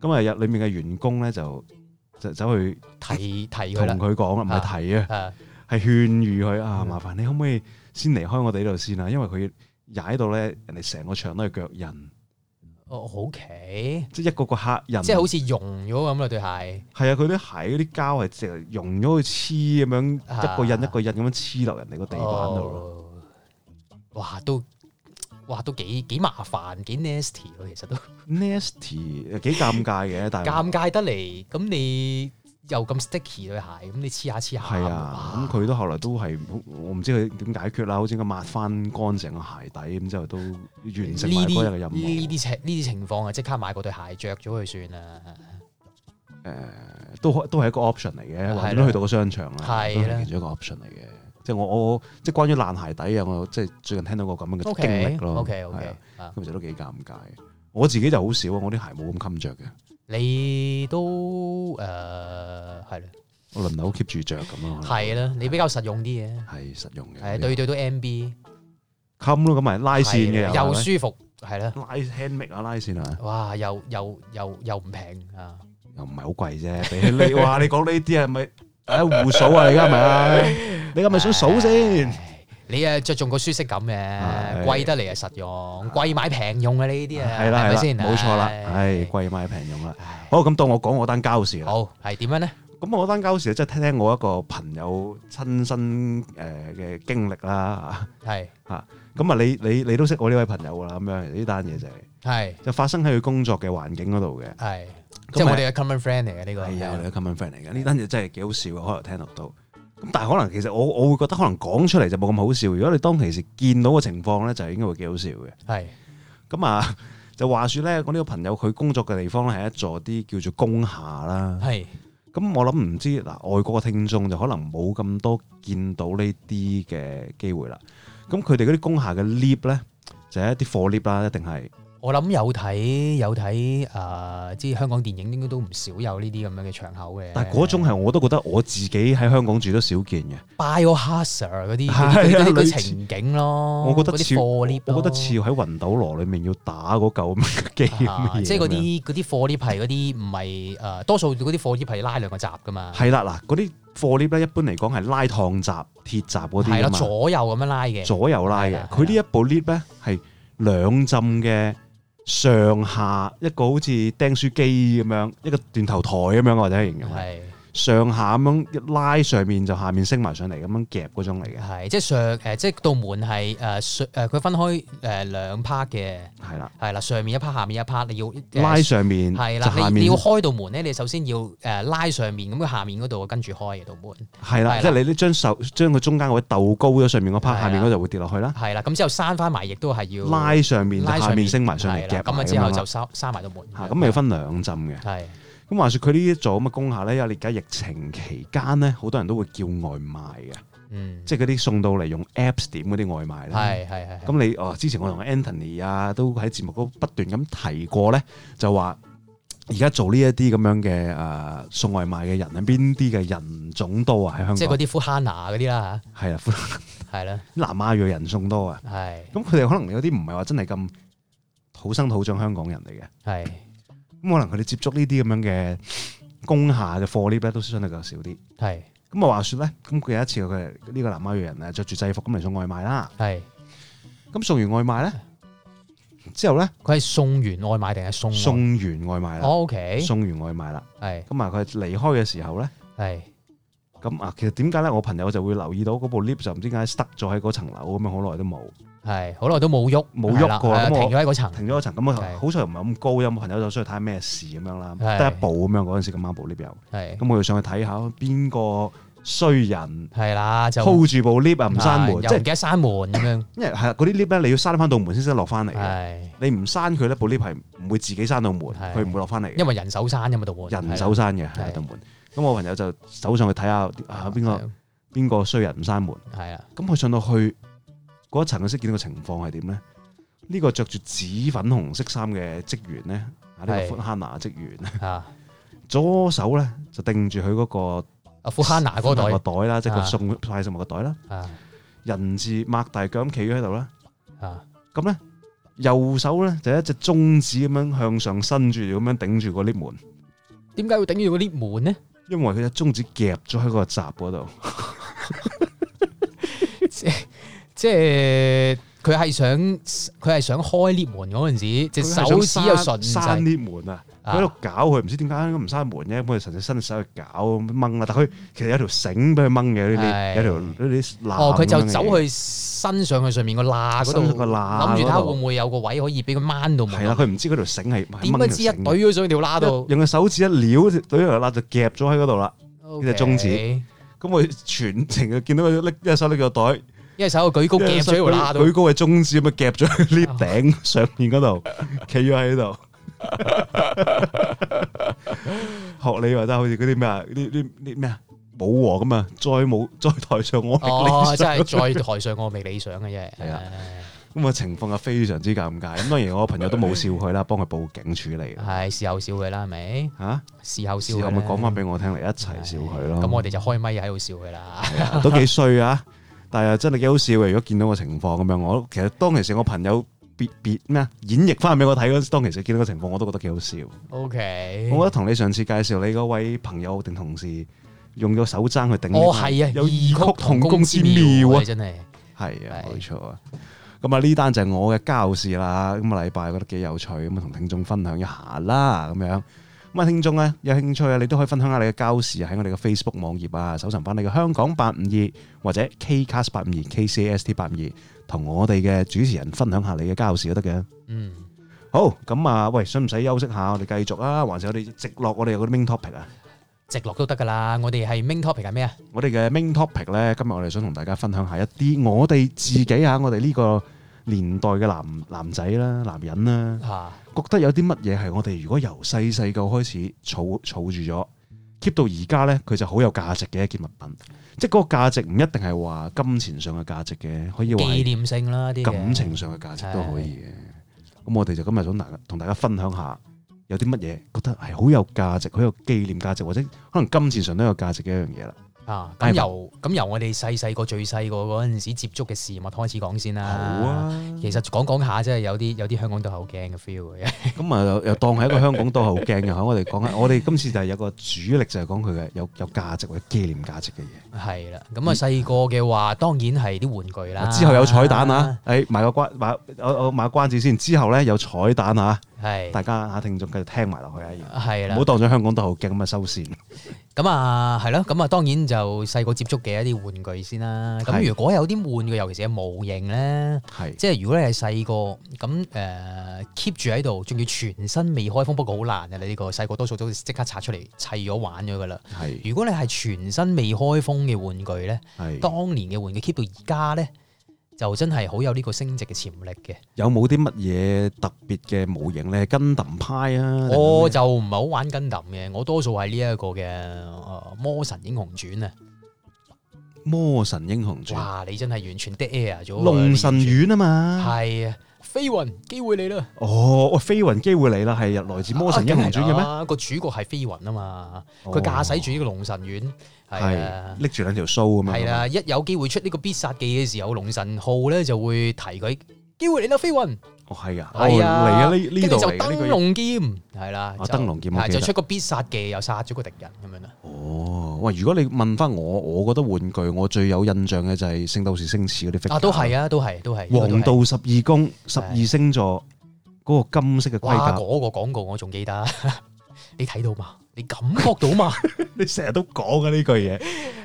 Speaker 1: 咁啊入裡面嘅員工咧就就走去
Speaker 3: 提提佢
Speaker 1: 同
Speaker 3: 啦，
Speaker 1: 佢講啦，唔係提啊。
Speaker 3: 啊
Speaker 1: 係勸喻佢啊，
Speaker 3: 嗯
Speaker 1: 麻煩你可唔可以先離開我哋呢度先啊？因為佢踩到咧，人哋成個場都係腳印，
Speaker 3: 哦 OK，
Speaker 1: 即係一個個客人。
Speaker 3: 即係好似溶咗咁啦對鞋。
Speaker 1: 係啊，佢啲鞋嗰啲膠係直係溶咗去黐咁樣，
Speaker 3: 啊
Speaker 1: 一個印一個印咁樣黐落人哋個地板度咯。
Speaker 3: 哦。哇，都哇都幾幾麻煩，幾 nasty 咯，其實都
Speaker 1: Nasty 幾尷尬嘅，但係
Speaker 3: 尷尬得嚟。咁你又咁 sticky 對鞋，咁你黐下黐下。
Speaker 1: 係啊，咁佢都後來都係，我唔知佢點解決啦。好似佢抹翻乾淨個鞋底，咁之後都完成埋
Speaker 3: 呢
Speaker 1: 嗰日
Speaker 3: 啲
Speaker 1: 嘅任
Speaker 3: 呢
Speaker 1: 務。
Speaker 3: 啲情呢啲情況啊，即刻買嗰對鞋着咗佢算啦。
Speaker 1: 呃都可都係一個 option 嚟嘅，或
Speaker 3: 係
Speaker 1: 者
Speaker 3: 啦
Speaker 1: 去到個商場啦，
Speaker 3: 係
Speaker 1: 都
Speaker 3: 啦
Speaker 1: 係其中一個 option 嚟嘅。即係我我我即係關於爛鞋底啊，我即係最近聽到個咁樣嘅經
Speaker 3: OK
Speaker 1: 歷咯。
Speaker 3: OK
Speaker 1: 係
Speaker 3: OK
Speaker 1: 啊
Speaker 3: 啊，
Speaker 1: 咁其實都幾尷尬。我自己就好少啊，我啲鞋冇咁襟着嘅，
Speaker 3: 你都誒呃係啦，
Speaker 1: 我輪流 keep 住着咁咯。
Speaker 3: 係啦，你比較實用啲嘅，
Speaker 1: 哦係實用嘅，
Speaker 3: 係啊對對都 MB
Speaker 1: 襟咯，咁咪拉線嘅
Speaker 3: 係啦啊
Speaker 1: 又
Speaker 3: 又
Speaker 1: 係
Speaker 3: 舒服，係啦，
Speaker 1: 咪拉 handmade 啊，拉線啊，
Speaker 3: 哇，又又又又唔平啊！
Speaker 1: 又唔係好貴啫。比起你哇，你講呢啲係咪啊互數啊？你而家係咪 啊？你係咪想數先？
Speaker 3: 唉。你誒着重個舒適感
Speaker 1: 係
Speaker 3: 嘅，貴得嚟係實用，貴買平用嘅呢啲啊，
Speaker 1: 係啦
Speaker 3: 係咪
Speaker 1: 係
Speaker 3: 先？
Speaker 1: 啦，冇錯啦，
Speaker 3: 唉
Speaker 1: 係貴買平用啦。
Speaker 3: 唉
Speaker 1: 好，咁到我講我單交事啦。
Speaker 3: 好係點樣咧？
Speaker 1: 咁我單交事即係聽聽我一個朋友親身誒呃嘅經歷啦
Speaker 3: 係
Speaker 1: 嚇。咁啊，你你你都識我呢位朋友噶啦，咁樣呢單嘢就係
Speaker 3: 係
Speaker 1: 就發生喺佢工作嘅環境嗰度嘅。啊
Speaker 3: 係，即係我哋嘅 common friend 嚟嘅呢個
Speaker 1: 係啊，你嘅 common friend 嚟嘅，呢單嘢真係幾好笑嘅，啊可能聽落到。咁但係可能其實我我會覺得可能講出嚟就冇咁好笑。如果你當其時見到個情況咧，就應該會幾好笑嘅。
Speaker 3: 係
Speaker 1: 咁啊，就話說咧，我呢個朋友佢工作嘅地方咧係一座啲叫做工廈啦。
Speaker 3: 係
Speaker 1: 咁我諗唔知嗱，外國嘅聽眾就可能冇咁多見到呢啲嘅機會啦。咁佢哋嗰啲工廈嘅 lift 咧，就係一啲貨 lift 啦，一定係
Speaker 3: 我諗有睇有睇誒，即係香港電影應該都唔少有呢啲咁樣嘅場口嘅。
Speaker 1: 但係嗰種係我都覺得我自己喺香港住都少見嘅。
Speaker 3: biohazard 嗰啲
Speaker 1: 係啊
Speaker 3: 嗰啲嗰啲嗰
Speaker 1: 類似
Speaker 3: 啲情景咯，
Speaker 1: 我覺得
Speaker 3: 哦嗰
Speaker 1: 似，
Speaker 3: 啲
Speaker 1: 我
Speaker 3: 貨
Speaker 1: 覺
Speaker 3: lift，
Speaker 1: 得
Speaker 3: 咯
Speaker 1: 似喺雲斗羅裏面要打嗰嚿咁嘅 機
Speaker 3: 啊
Speaker 1: 咁
Speaker 3: 即係
Speaker 1: 樣
Speaker 3: 嗰啲嗰啲貨 lift 係嗰啲唔係誒，多數嗰啲貨 lift 係拉兩個閘噶嘛，
Speaker 1: 係啦嗱，嗰啲貨 lift 咧一般嚟講係拉鋼閘、鐵閘嗰
Speaker 3: 係
Speaker 1: 啲
Speaker 3: 啦，
Speaker 1: 㗎嘛，
Speaker 3: 左右咁樣拉嘅，
Speaker 1: 左右拉
Speaker 3: 係
Speaker 1: 嘅。
Speaker 3: 啦
Speaker 1: 佢呢一部 lift 咧係兩浸嘅上下一個好似釘書機咁樣，一個斷頭台咁樣，或者係形容係
Speaker 3: 係
Speaker 1: 上下咁樣一拉上面就下面升埋上嚟咁樣夾嗰種嚟嘅，
Speaker 3: 係即係上誒，即係道門係誒上誒，佢分開誒兩 part 嘅，
Speaker 1: 係啦，
Speaker 3: 係啦，上面一 part，下面一 part，你要誒
Speaker 1: 拉上面
Speaker 3: 係
Speaker 1: 就
Speaker 3: 啦
Speaker 1: 下，
Speaker 3: 你你
Speaker 1: 面
Speaker 3: 要開道門咧，你首先要誒拉上面，咁佢下面嗰度跟住開嘅道門，
Speaker 1: 係
Speaker 3: 係
Speaker 1: 啦，
Speaker 3: 啦
Speaker 1: 即係你呢將手將佢中間嗰位鬥高咗上面嗰
Speaker 3: 係啦
Speaker 1: part，下面嗰就會跌落去啦，
Speaker 3: 係啦，咁之後閂翻埋，亦都係要
Speaker 1: 拉上面就
Speaker 3: 拉
Speaker 1: 下面升埋上嚟
Speaker 3: 係
Speaker 1: 夾
Speaker 3: 啦咁
Speaker 1: 埋
Speaker 3: 啊之後
Speaker 1: 樣啦
Speaker 3: 就閂閂埋道門，
Speaker 1: 嚇咁咪要分兩浸嘅。
Speaker 3: 係
Speaker 1: 咁話說佢呢一座咁嘅工廈咧，因為而家疫情期間咧，好多人都會叫外賣嘅，
Speaker 3: 嗯，
Speaker 1: 即係嗰啲送到嚟用 Apps 點嗰啲外賣咧。
Speaker 3: 係係係係
Speaker 1: 咁你哦，之前我同 Anthony 啊，都喺節目嗰不斷咁提過咧，就話而家做呢一啲咁樣嘅誒、呃送外賣嘅人係邊啲嘅人種多啊？喺香
Speaker 3: 即係嗰
Speaker 1: 港
Speaker 3: 啲 f u h a n a 嗰啲啦
Speaker 1: 係啊，
Speaker 3: 嚇，係啦，
Speaker 1: 南亞裔人種多啊。
Speaker 3: 係
Speaker 1: 咁佢哋可能有啲唔係話真係咁土生土長香港人嚟嘅，
Speaker 3: 係
Speaker 1: 咁可能佢哋接觸呢啲咁樣嘅工廈嘅貨 lift 咧，都相對較少啲。
Speaker 3: 係
Speaker 1: 咁啊話說咧，咁佢有一次佢呢個南亞裔人啊，着住制服咁嚟送外賣啦。
Speaker 3: 係，
Speaker 1: 咁送完外賣咧之後咧，
Speaker 3: 佢係送完外賣定係送外
Speaker 1: 送完外賣啦。
Speaker 3: 嗯哦？OK，
Speaker 1: 送完外賣啦，
Speaker 3: 係
Speaker 1: 咁啊佢離開嘅時候咧，
Speaker 3: 係
Speaker 1: 咁啊其實點解咧？我朋友就會留意到嗰部 lift 就唔知點解塞咗喺嗰層樓咁樣，好耐都冇
Speaker 3: 係，好耐都冇喐，
Speaker 1: 冇喐過
Speaker 3: 係啦
Speaker 1: 咁
Speaker 3: 停
Speaker 1: 我
Speaker 3: 咗喺嗰層，
Speaker 1: 停咗一層。咁啊
Speaker 3: 係
Speaker 1: 好彩唔係咁高，有冇朋友就出去睇下咩事咁樣啦，
Speaker 3: 係
Speaker 1: 得一部咁樣嗰陣時咁啱部 lift 有，
Speaker 3: 係
Speaker 1: 咁我就上去睇下邊個衰人
Speaker 3: 係啦，就
Speaker 1: hold 住部 lift 啊唔閂門，
Speaker 3: 係
Speaker 1: 即
Speaker 3: 又唔
Speaker 1: 係
Speaker 3: 記得閂門咁樣，
Speaker 1: 因為係啊嗰啲 lift 咧你要閂翻道門先先落翻嚟啊嘅，
Speaker 3: 係
Speaker 1: 你唔閂佢咧部 lift 係唔會自己閂到門，
Speaker 3: 係
Speaker 1: 佢唔會落翻嚟嘅
Speaker 3: 因。為人手閂㗎嘛道門，
Speaker 1: 人手閂嘅係
Speaker 3: 係
Speaker 1: 道門，咁我朋友就走上去睇下啊邊個邊個衰人唔閂門。
Speaker 3: 係啊
Speaker 1: 咁佢上到去嗰一層，佢先見到個情況係點咧？呢、個着住紫粉紅色衫嘅職員咧，啊呢、
Speaker 3: 係
Speaker 1: 個 h a n a 職員咧，
Speaker 3: 啊
Speaker 1: 左手咧就定住佢嗰個
Speaker 3: 阿富哈拿嗰個
Speaker 1: 個
Speaker 3: 袋
Speaker 1: 袋啦，即係
Speaker 3: 啊
Speaker 1: 佢送快送物個袋啦，
Speaker 3: 啊
Speaker 1: 人字擘大腳咁企咗喺度啦。
Speaker 3: 啊
Speaker 1: 咁咧右手咧就一隻中指咁樣向上伸住，咁樣頂住個 lift 門，
Speaker 3: 點解會頂住嗰啲門咧？
Speaker 1: 因為佢隻中指夾咗喺個閘嗰度。
Speaker 3: 即係佢係想佢係想開 lift 門嗰陣時，隻手指又
Speaker 1: 閂
Speaker 3: 順勢，
Speaker 1: 啲門啊！
Speaker 3: 啊
Speaker 1: 佢喺度搞佢，唔知點解應該唔閂門啫，咁佢純粹伸隻手去搞咁掹啦。啊但佢其實有條繩俾佢掹嘅，呢
Speaker 3: 係
Speaker 1: 啲有條呢啲纜
Speaker 3: 哦，佢就
Speaker 1: 咁樣嘅嘢
Speaker 3: 走去伸上去上面個罅嗰
Speaker 1: 伸
Speaker 3: 度，
Speaker 1: 個罅
Speaker 3: 諗住睇下
Speaker 1: 嗰
Speaker 3: 會
Speaker 1: 度
Speaker 3: 唔會有個位可以俾佢掹到門。
Speaker 1: 係啦，佢唔知嗰條繩係係掹
Speaker 3: 點不
Speaker 1: 條
Speaker 3: 知一
Speaker 1: 繩
Speaker 3: 懟
Speaker 1: 嘅
Speaker 3: 咗上條罅度，
Speaker 1: 用個手指一撩，懟條罅就夾咗喺嗰度啦。呢隻中指
Speaker 3: OK，
Speaker 1: 咁佢全程就見到佢拎一手拎個袋，
Speaker 3: 一隻手 舉高夾咗條罅
Speaker 1: 舉
Speaker 3: 度，
Speaker 1: 高嘅中指咁樣夾咗喺 lift 頂上面嗰度，企咗喺度。學你話齋，好似嗰啲咩啊，啲啲啲咩啊，舞王咁啊，再冇再台上我
Speaker 3: 哦，
Speaker 1: 力
Speaker 3: 真係再台上我未理想嘅啫。
Speaker 1: 係啊咁啊情況啊非常之尷尬。咁當然我朋友都冇笑佢啦，幫佢報警處理
Speaker 3: 唉，係事後笑佢啦，係咪？
Speaker 1: 嚇。
Speaker 3: 事後笑
Speaker 1: 事
Speaker 3: 佢
Speaker 1: 後
Speaker 3: 啦。
Speaker 1: 咪講翻俾我聽嚟一齊笑佢咯。
Speaker 3: 咁我哋就開咪喺度笑佢啦。
Speaker 1: 哋都幾衰啊，但係真係幾好笑嘅。如果見到個情況咁樣，我其實當其時我朋友別別咩啊演繹翻俾我睇嗰陣時當其時見到個情況，我都覺得幾好笑。
Speaker 3: O K，
Speaker 1: 我覺得同你上次介紹你嗰位朋友定同事用咗手踭去頂呢個，
Speaker 3: 我係啊，
Speaker 1: 有異
Speaker 3: 異
Speaker 1: 曲同工之妙
Speaker 3: 妙
Speaker 1: 啊
Speaker 3: 啊，！真係
Speaker 1: 係啊，
Speaker 3: 係
Speaker 1: 冇錯啊。咁啊，呢單就係我嘅交事啦。咁啊，禮拜覺得幾有趣，咁啊，同聽眾分享一下啦，咁樣。咁啊，聽眾咧有興趣啊，你都可以分享下你嘅交事喺我哋嘅 Facebook 網頁啊，搜尋翻你嘅香港八五二或者 KCast 八五二 KCast 八五二，同我哋嘅主持人分享下你嘅交事都得嘅。
Speaker 3: 嗯。
Speaker 1: 好，咁啊，喂，使唔使休息下？我哋繼續啊，還是我哋直落我哋有嗰啲 main topic 啊？
Speaker 3: 直落都得噶啦，我哋係 main topic 係咩啊？
Speaker 1: 我哋嘅 main topic 咧，今日我哋想同大家分享下一啲我哋自己啊，我哋呢個年代嘅男男仔啦、男人啦，覺
Speaker 3: 嚇
Speaker 1: 得有啲乜嘢係我哋如果由細細個開始儲儲住咗，keep 到而家咧，佢就好有價值嘅一件物品。即係嗰個價值唔一定係話金錢上嘅價值嘅，可以話
Speaker 3: 紀
Speaker 1: 係
Speaker 3: 念性啦啲嘅
Speaker 1: 感情上嘅價值都可以嘅。咁我哋就今日想大同大家分享下。有啲乜嘢覺得係好有價值、好有紀念價值，或者可能金錢上都有價值嘅一樣嘢啦。
Speaker 3: 啊，
Speaker 1: 係嘛
Speaker 3: 咁由咁由我哋細細個最細個嗰陣時接觸嘅事物開始講先啦。
Speaker 1: 好，啊，
Speaker 3: 其實講講下真係有啲有啲香港都係好驚嘅 feel 嘅，
Speaker 1: 咁啊，又又當係一個香港都好驚嘅。我哋講啊 緊，我哋今次就係有個主力，就係講佢嘅有有價值或者紀念價值嘅嘢。
Speaker 3: 係啦。咁啊細個嘅話，當然係啲玩具啦。
Speaker 1: 哎之後有彩蛋啊！誒，賣個關買，我我買個關子先。之後咧有彩蛋啊！
Speaker 3: 係，係
Speaker 1: 大家下聽眾繼續聽埋落去啊，
Speaker 3: 係
Speaker 1: 唔
Speaker 3: 啦
Speaker 1: 好。當咗香港都好嘅咁啊收線。
Speaker 3: 咁啊，係咯，咁啊，當然就細個接觸嘅一啲玩具先啦。咁
Speaker 1: 係
Speaker 3: 如果有啲玩具，尤其是係模型咧，
Speaker 1: 係
Speaker 3: 即係如果你係細個咁誒 keep 住喺度，仲要全身未開封，不過好難啊嘅。你呢個細個多數都即刻拆出嚟砌咗玩咗噶啦。
Speaker 1: 係
Speaker 3: 如果你係全身未開封嘅玩具咧，
Speaker 1: 係，
Speaker 3: 當年嘅玩具 keep 到而家咧，就真係好有呢個升值嘅潛力嘅。
Speaker 1: 有冇啲乜嘢特別嘅模型咧？跟揼派啊，
Speaker 3: 我就唔係好玩跟揼嘅，我多數係呢一個嘅呃魔神英雄傳啊！
Speaker 1: 魔神英雄傳、
Speaker 3: 哇，你真係完全 dead air 咗啊。
Speaker 1: 龍神丸啊嘛。
Speaker 3: 係啊，飛雲機會你啦！
Speaker 1: 哦，喂，飛雲機會嚟啦，係來自魔
Speaker 3: 啊
Speaker 1: 神英雄傳嘅咩？
Speaker 3: 咩？個主角係飛雲啊嘛，
Speaker 1: 哦
Speaker 3: 佢駕駛住呢個龍神丸，係啊
Speaker 1: 係。拎住兩條須咁樣。
Speaker 3: 係啦，一有機會出呢個必殺技嘅時候，龍神號咧就會提佢機會嚟啦，飛雲，
Speaker 1: 哦，係啊，哦嚟
Speaker 3: 係啊
Speaker 1: 啊，呢呢
Speaker 3: 跟
Speaker 1: 度
Speaker 3: 住就
Speaker 1: 嚟嘅呢
Speaker 3: 燈
Speaker 1: 個嘢。
Speaker 3: 籠劍，係啦，
Speaker 1: 啊
Speaker 3: 就
Speaker 1: 燈籠劍我
Speaker 3: 係
Speaker 1: 記
Speaker 3: 就
Speaker 1: 得
Speaker 3: 出個必殺技，又殺咗個敵人咁樣啦。
Speaker 1: 哦，喂，如果你問翻我，我覺得玩具我最有印象嘅就係《聖鬥士星矢》嗰啲 figure
Speaker 3: 啊，都係啊，都係，都係。
Speaker 1: 黃
Speaker 3: 都係
Speaker 1: 道十二宮、十二星座嗰個金色嘅盔
Speaker 3: 哇，
Speaker 1: 甲，
Speaker 3: 嗰個廣告我仲記得， 你睇到嘛？你感覺到嘛？
Speaker 1: 你成日都講嘅呢句 嘢，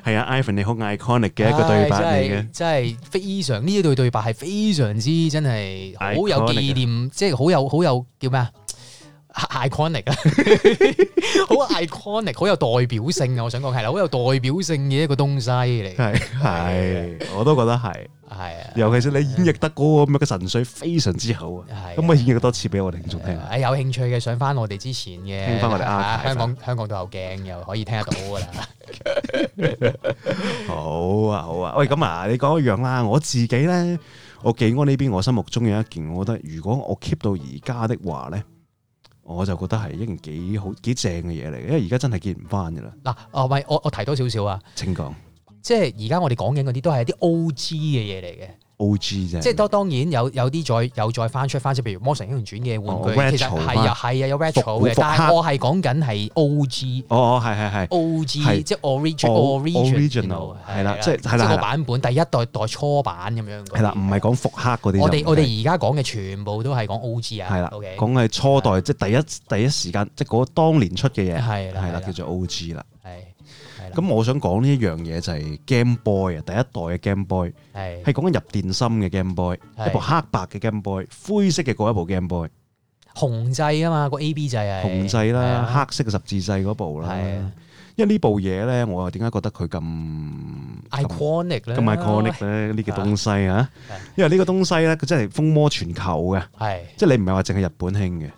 Speaker 1: 係啊，Ivan 你好 iconic 嘅一個對白嚟嘅
Speaker 3: 唉，真係真係非常呢一對對白係非常之真係好有
Speaker 1: Iconic 啊
Speaker 3: 紀念，即係好有好有叫咩啊？iconic 啊， 好 iconic，好有代表性啊！我想講係啦，好有代表性嘅一個東西 嚟，係
Speaker 1: 係係，我都覺得係，
Speaker 3: 啊，
Speaker 1: 尤其是你演繹得嗰個咁嘅神髓非常之好啊，
Speaker 3: 係
Speaker 1: 咁我演繹多次俾我哋聽眾聽下。
Speaker 3: 誒有興趣嘅上翻我哋之前嘅，
Speaker 1: 啊聽返我哋
Speaker 3: 啊
Speaker 1: archive
Speaker 3: 香港香港都有鏡，又可以聽得到噶啦。
Speaker 1: 好啊，好啊，喂，咁啊，你講一樣啦，我自己咧，我技安呢邊，我心目中有一件，我覺得如果我 keep 到而家的話咧，我就覺得係一件幾好幾正嘅嘢嚟嘅，因為而家真係見唔翻噶啦，
Speaker 3: 嗱，哦，喂，我我提多少少啊，
Speaker 1: 請講
Speaker 3: 即係而家我哋講緊嗰啲都係一啲 O.G. 嘅嘢嚟嘅。
Speaker 1: O G 啫，
Speaker 3: 即係當當然有有啲再有再翻出翻，即係譬如《魔神英雄傳》嘅
Speaker 1: 哦
Speaker 3: 玩
Speaker 1: ，retro
Speaker 3: 具，其實係啊係啊有 retro
Speaker 1: 復古
Speaker 3: 嘅
Speaker 1: 復，刻
Speaker 3: 但係我係講緊係 O G
Speaker 1: 哦哦，係係係。
Speaker 3: O G
Speaker 1: 係
Speaker 3: 即係 original
Speaker 1: O-
Speaker 3: original
Speaker 1: original，係啦即係係啦係
Speaker 3: 即係個
Speaker 1: 啦
Speaker 3: 版本第一代代初版咁樣嗰啲。
Speaker 1: 係啦，唔係講復刻嗰啲就唔計。
Speaker 3: 我哋我哋而家講嘅全部都係講 O G 啊，
Speaker 1: 係啦，
Speaker 3: OK
Speaker 1: 講係初代，即係第一第一時間，即係嗰當年出嘅嘢，
Speaker 3: 係啦
Speaker 1: 係
Speaker 3: 係
Speaker 1: 啦，
Speaker 3: 啦
Speaker 1: 叫做 O.G. 啦。
Speaker 3: 係係啦，
Speaker 1: 咁我想講呢一樣嘢就係 Game Boy 啊，第一代嘅 Game Boy
Speaker 3: 係
Speaker 1: 係講緊入電芯嘅 Game Boy，一
Speaker 3: 係
Speaker 1: 部黑白嘅 Game Boy，灰色嘅嗰一部 Game Boy，
Speaker 3: 紅掣啊嘛，個 A B 掣係
Speaker 1: 紅掣
Speaker 3: 係
Speaker 1: 啦，
Speaker 3: 啊
Speaker 1: 黑色嘅十字掣嗰部啦
Speaker 3: 係啊。
Speaker 1: 因為呢部嘢咧，我又點解覺得佢咁
Speaker 3: iconic 咧，
Speaker 1: 咁 iconic 咧？呢個東西啊
Speaker 3: 係，
Speaker 1: 因為呢個東西咧，佢真係風魔全球嘅。
Speaker 3: 係
Speaker 1: 即係你唔係話淨係日本興嘅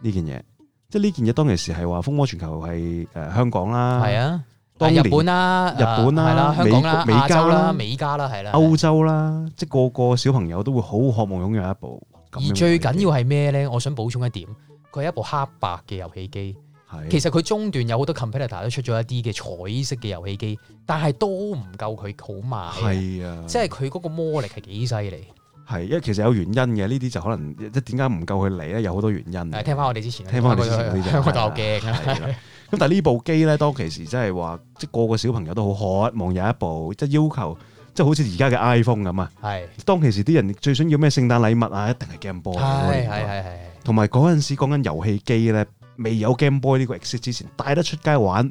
Speaker 1: 呢件嘢，即係呢件嘢當其時係話風魔全球係誒、呃香港啦、
Speaker 3: 係啊，
Speaker 1: 當
Speaker 3: 日
Speaker 1: 年
Speaker 3: 本啦，啊
Speaker 1: 日本啦
Speaker 3: 係啦，香港啦，
Speaker 1: 美國
Speaker 3: 亞洲啦，
Speaker 1: 美
Speaker 3: 美加啦，係啦，
Speaker 1: 歐洲啦，即係個個小朋友都會好渴望擁有一部咁樣嘅
Speaker 3: 而
Speaker 1: 嘢。
Speaker 3: 最緊要係咩咧？我想補充一點，佢係一部黑白嘅遊戲機。
Speaker 1: 係
Speaker 3: 其實佢中段有好多 competitor 都出咗一啲嘅彩色嘅遊戲機，但係都唔夠佢好賣。
Speaker 1: 係啊，
Speaker 3: 即係佢嗰個魔力係幾犀利。
Speaker 1: 係因為其實有原因嘅，呢啲就可能即係點解唔夠佢嚟咧，有好多原因嘅。
Speaker 3: 誒，聽翻我哋之前，
Speaker 1: 嗯聽返我哋之 前嗰啲就
Speaker 3: 香港大
Speaker 1: 係
Speaker 3: 學嘅，
Speaker 1: 啦咁但係呢部機咧，當其時真係話，即係個個小朋友都好渴望有一部，即係要求，即係好似而家嘅 iPhone 咁啊。
Speaker 3: 係
Speaker 1: 當其時啲人最想要咩聖誕禮物啊，一定係 Game Boy 嗰個
Speaker 3: 係
Speaker 1: 年代。
Speaker 3: 係係係。
Speaker 1: 同埋嗰陣時講緊遊戲機咧，未有 Game Boy 呢個 exit 之前，帶得出街玩，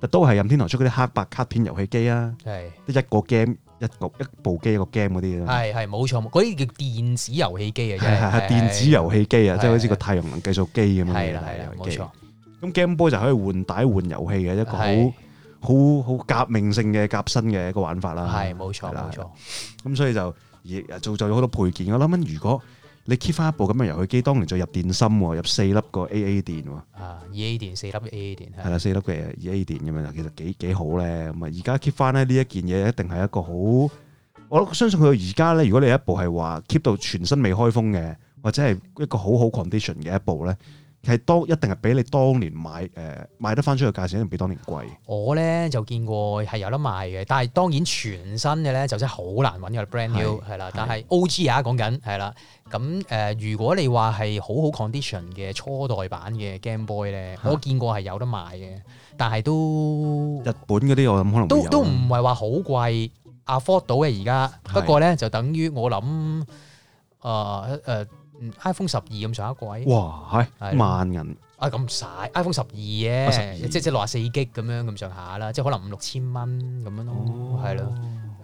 Speaker 1: 但都係任天堂出嗰啲黑白卡片遊戲機啊，
Speaker 3: 係
Speaker 1: 得一個 game 一個一部機一個 game 嗰啲啊，
Speaker 3: 係係冇錯，嗰啲叫電子遊戲機啊，
Speaker 1: 係係係 電子遊戲機啊，即係好似個太陽能計數機咁樣
Speaker 3: 係
Speaker 1: 嘅
Speaker 3: 啦係啦，
Speaker 1: 遊
Speaker 3: 冇
Speaker 1: 戲機
Speaker 3: 錯。。
Speaker 1: 咁 Game Boy 就可以換帶換遊戲嘅一個
Speaker 3: 係
Speaker 1: 好。好好革命性嘅革新嘅一個玩法啦，
Speaker 3: 係冇錯
Speaker 1: 啊係啦
Speaker 3: 冇錯，
Speaker 1: 咁所以就而造就咗好多配件。我諗緊，如果你 keep 翻一部咁嘅遊戲機，當年就入電芯喎，入四粒個 AA 電喎。
Speaker 3: 啊，二 A 電四粒 E A 電係
Speaker 1: 係啦，四粒嘅二 A 電咁樣，其實幾幾好咧。咁啊，而家 keep 翻咧呢一件嘢，一定係一個好，我相信佢而家咧，如果你有一部係話 keep 到全身未開封嘅，或者係一個好好 condition 嘅一部咧，係當一定係比你當年買誒、呃、買得翻出去嘅價錢，一定比當年貴。
Speaker 3: 我咧就見過係有得賣嘅，但係當然全新嘅咧就真係好難揾嘅 brand new 係啦
Speaker 1: 係。
Speaker 3: 但係 O.G. 啊講緊係啦，咁誒、呃如果你話係好好 condition 嘅初代版嘅 Game Boy 咧，
Speaker 1: 嚇
Speaker 3: 我見過係有得賣嘅，但係都
Speaker 1: 日本嗰啲我諗可能會
Speaker 3: 都
Speaker 1: 有啊
Speaker 3: 都唔係話好貴 afford 到嘅而家。
Speaker 1: 係
Speaker 3: 不過咧就等於我諗誒誒嗯 iPhone 十二咁上一位，
Speaker 1: 哇，
Speaker 3: 係
Speaker 1: 係萬銀
Speaker 3: 啊咁曬 iPhone 十二
Speaker 1: 啊12
Speaker 3: 嘅，即即六十四 G 咁樣咁上下啦，即係可能五六千蚊咁樣咯，係咯。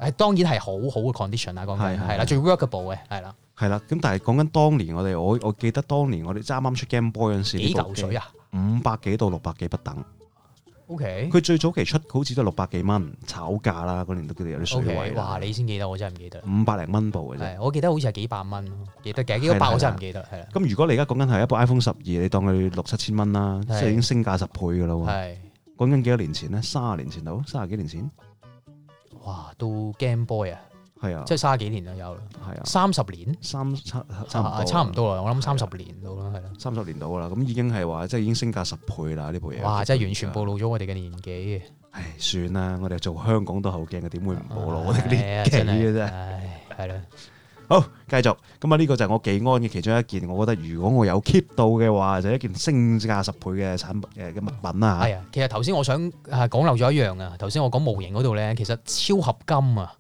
Speaker 3: 誒當然係好好嘅 condition 啦，講
Speaker 1: 哦係
Speaker 3: 緊
Speaker 1: 係
Speaker 3: 係啦，
Speaker 1: 係
Speaker 3: 最 workable 嘅係啦，
Speaker 1: 係啦。咁但係講緊當年我哋，我我記得當年我哋啱啱出 Game Boy 嗰陣時，
Speaker 3: 幾嚿水啊
Speaker 1: 五百幾到六百幾不等。
Speaker 3: ？OK
Speaker 1: 佢最早期出好似都係六百幾蚊炒價啦，嗰年都叫做有啲水
Speaker 3: OK，
Speaker 1: 位啦。
Speaker 3: 哇！你先記得，我真係唔記得。
Speaker 1: 五百零蚊部嘅啫。
Speaker 3: 係，我記得好似係幾百蚊咯，記得嘅，幾
Speaker 1: 係
Speaker 3: 多
Speaker 1: 啦
Speaker 3: 百我
Speaker 1: 係
Speaker 3: 真
Speaker 1: 啦
Speaker 3: 係唔記得，係啦，
Speaker 1: 咁如果你而家講緊係一部 iPhone 十二，你當佢六七千蚊啦，即
Speaker 3: 係
Speaker 1: 係已經升價十倍嘅啦喎。
Speaker 3: 係。
Speaker 1: 講緊幾多年前咧？三十年前到，三十幾年前，
Speaker 3: 哇，到 Game Boy 啊，
Speaker 1: 係啊，
Speaker 3: 即
Speaker 1: 係
Speaker 3: 係卅幾年啦，有
Speaker 1: 啊，
Speaker 3: 三十年，
Speaker 1: 三差差唔
Speaker 3: 啊
Speaker 1: 多，
Speaker 3: 差唔多啦，我諗三十年到啦，係啦。
Speaker 1: 三十年到啦，咁已經係話即係已經升價十倍啦呢部嘢。
Speaker 3: 哇！真係完全暴露咗我哋嘅年紀嘅，
Speaker 1: 唉，算啦，我哋做香港都後鏡嘅，點會唔暴露我
Speaker 3: 唉
Speaker 1: 哋年紀
Speaker 3: 真啊係
Speaker 1: 嘅啫？
Speaker 3: 唉，係啦，
Speaker 1: 好，繼續。咁啊，呢個就係我技安嘅其中一件，我覺得如果我有 keep 到嘅話，就係一件升價十倍嘅產品誒嘅物品啦嚇。
Speaker 3: 係啊。其實頭先我想啊講漏咗一樣啊，頭先我講模型嗰度咧，其實超合金啊，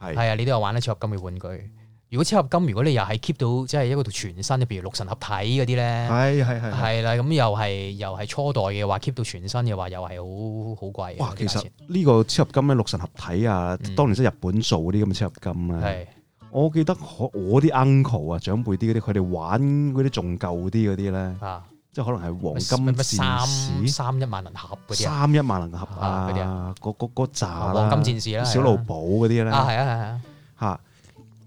Speaker 1: 係
Speaker 3: 係啊，你都有玩得超合金嘅玩具。如果超合金，如果你又係 keep 到即係一個條全身，譬如六神合體嗰啲咧，
Speaker 1: 係係係。
Speaker 3: 係啊啦，咁又係又係初代嘅話 keep 到全身嘅話，又係好好貴嘅。啊
Speaker 1: 哇，其
Speaker 3: 啲價
Speaker 1: 實
Speaker 3: 錢
Speaker 1: 呢個超合金咧，六神合體啊，
Speaker 3: 嗯
Speaker 1: 當年即係日本做嗰啲咁嘅超合金啊。
Speaker 3: 係
Speaker 1: 我記得我我啲 uncle 啊，長輩啲嗰啲，佢哋玩嗰啲仲舊啲嗰啲咧，
Speaker 3: 啊，
Speaker 1: 即係可能係黃
Speaker 3: 乜
Speaker 1: 金
Speaker 3: 乜
Speaker 1: 戰
Speaker 3: 三
Speaker 1: 士、
Speaker 3: 三一萬能盒嗰啲啊，
Speaker 1: 三一萬能盒
Speaker 3: 啊嗰啲
Speaker 1: 啊，嗰嗰嗰扎啦，
Speaker 3: 黃金戰士啦，
Speaker 1: 小
Speaker 3: 係啊
Speaker 1: 老寶嗰啲咧
Speaker 3: 啊，係啊係啊。
Speaker 1: 嚇，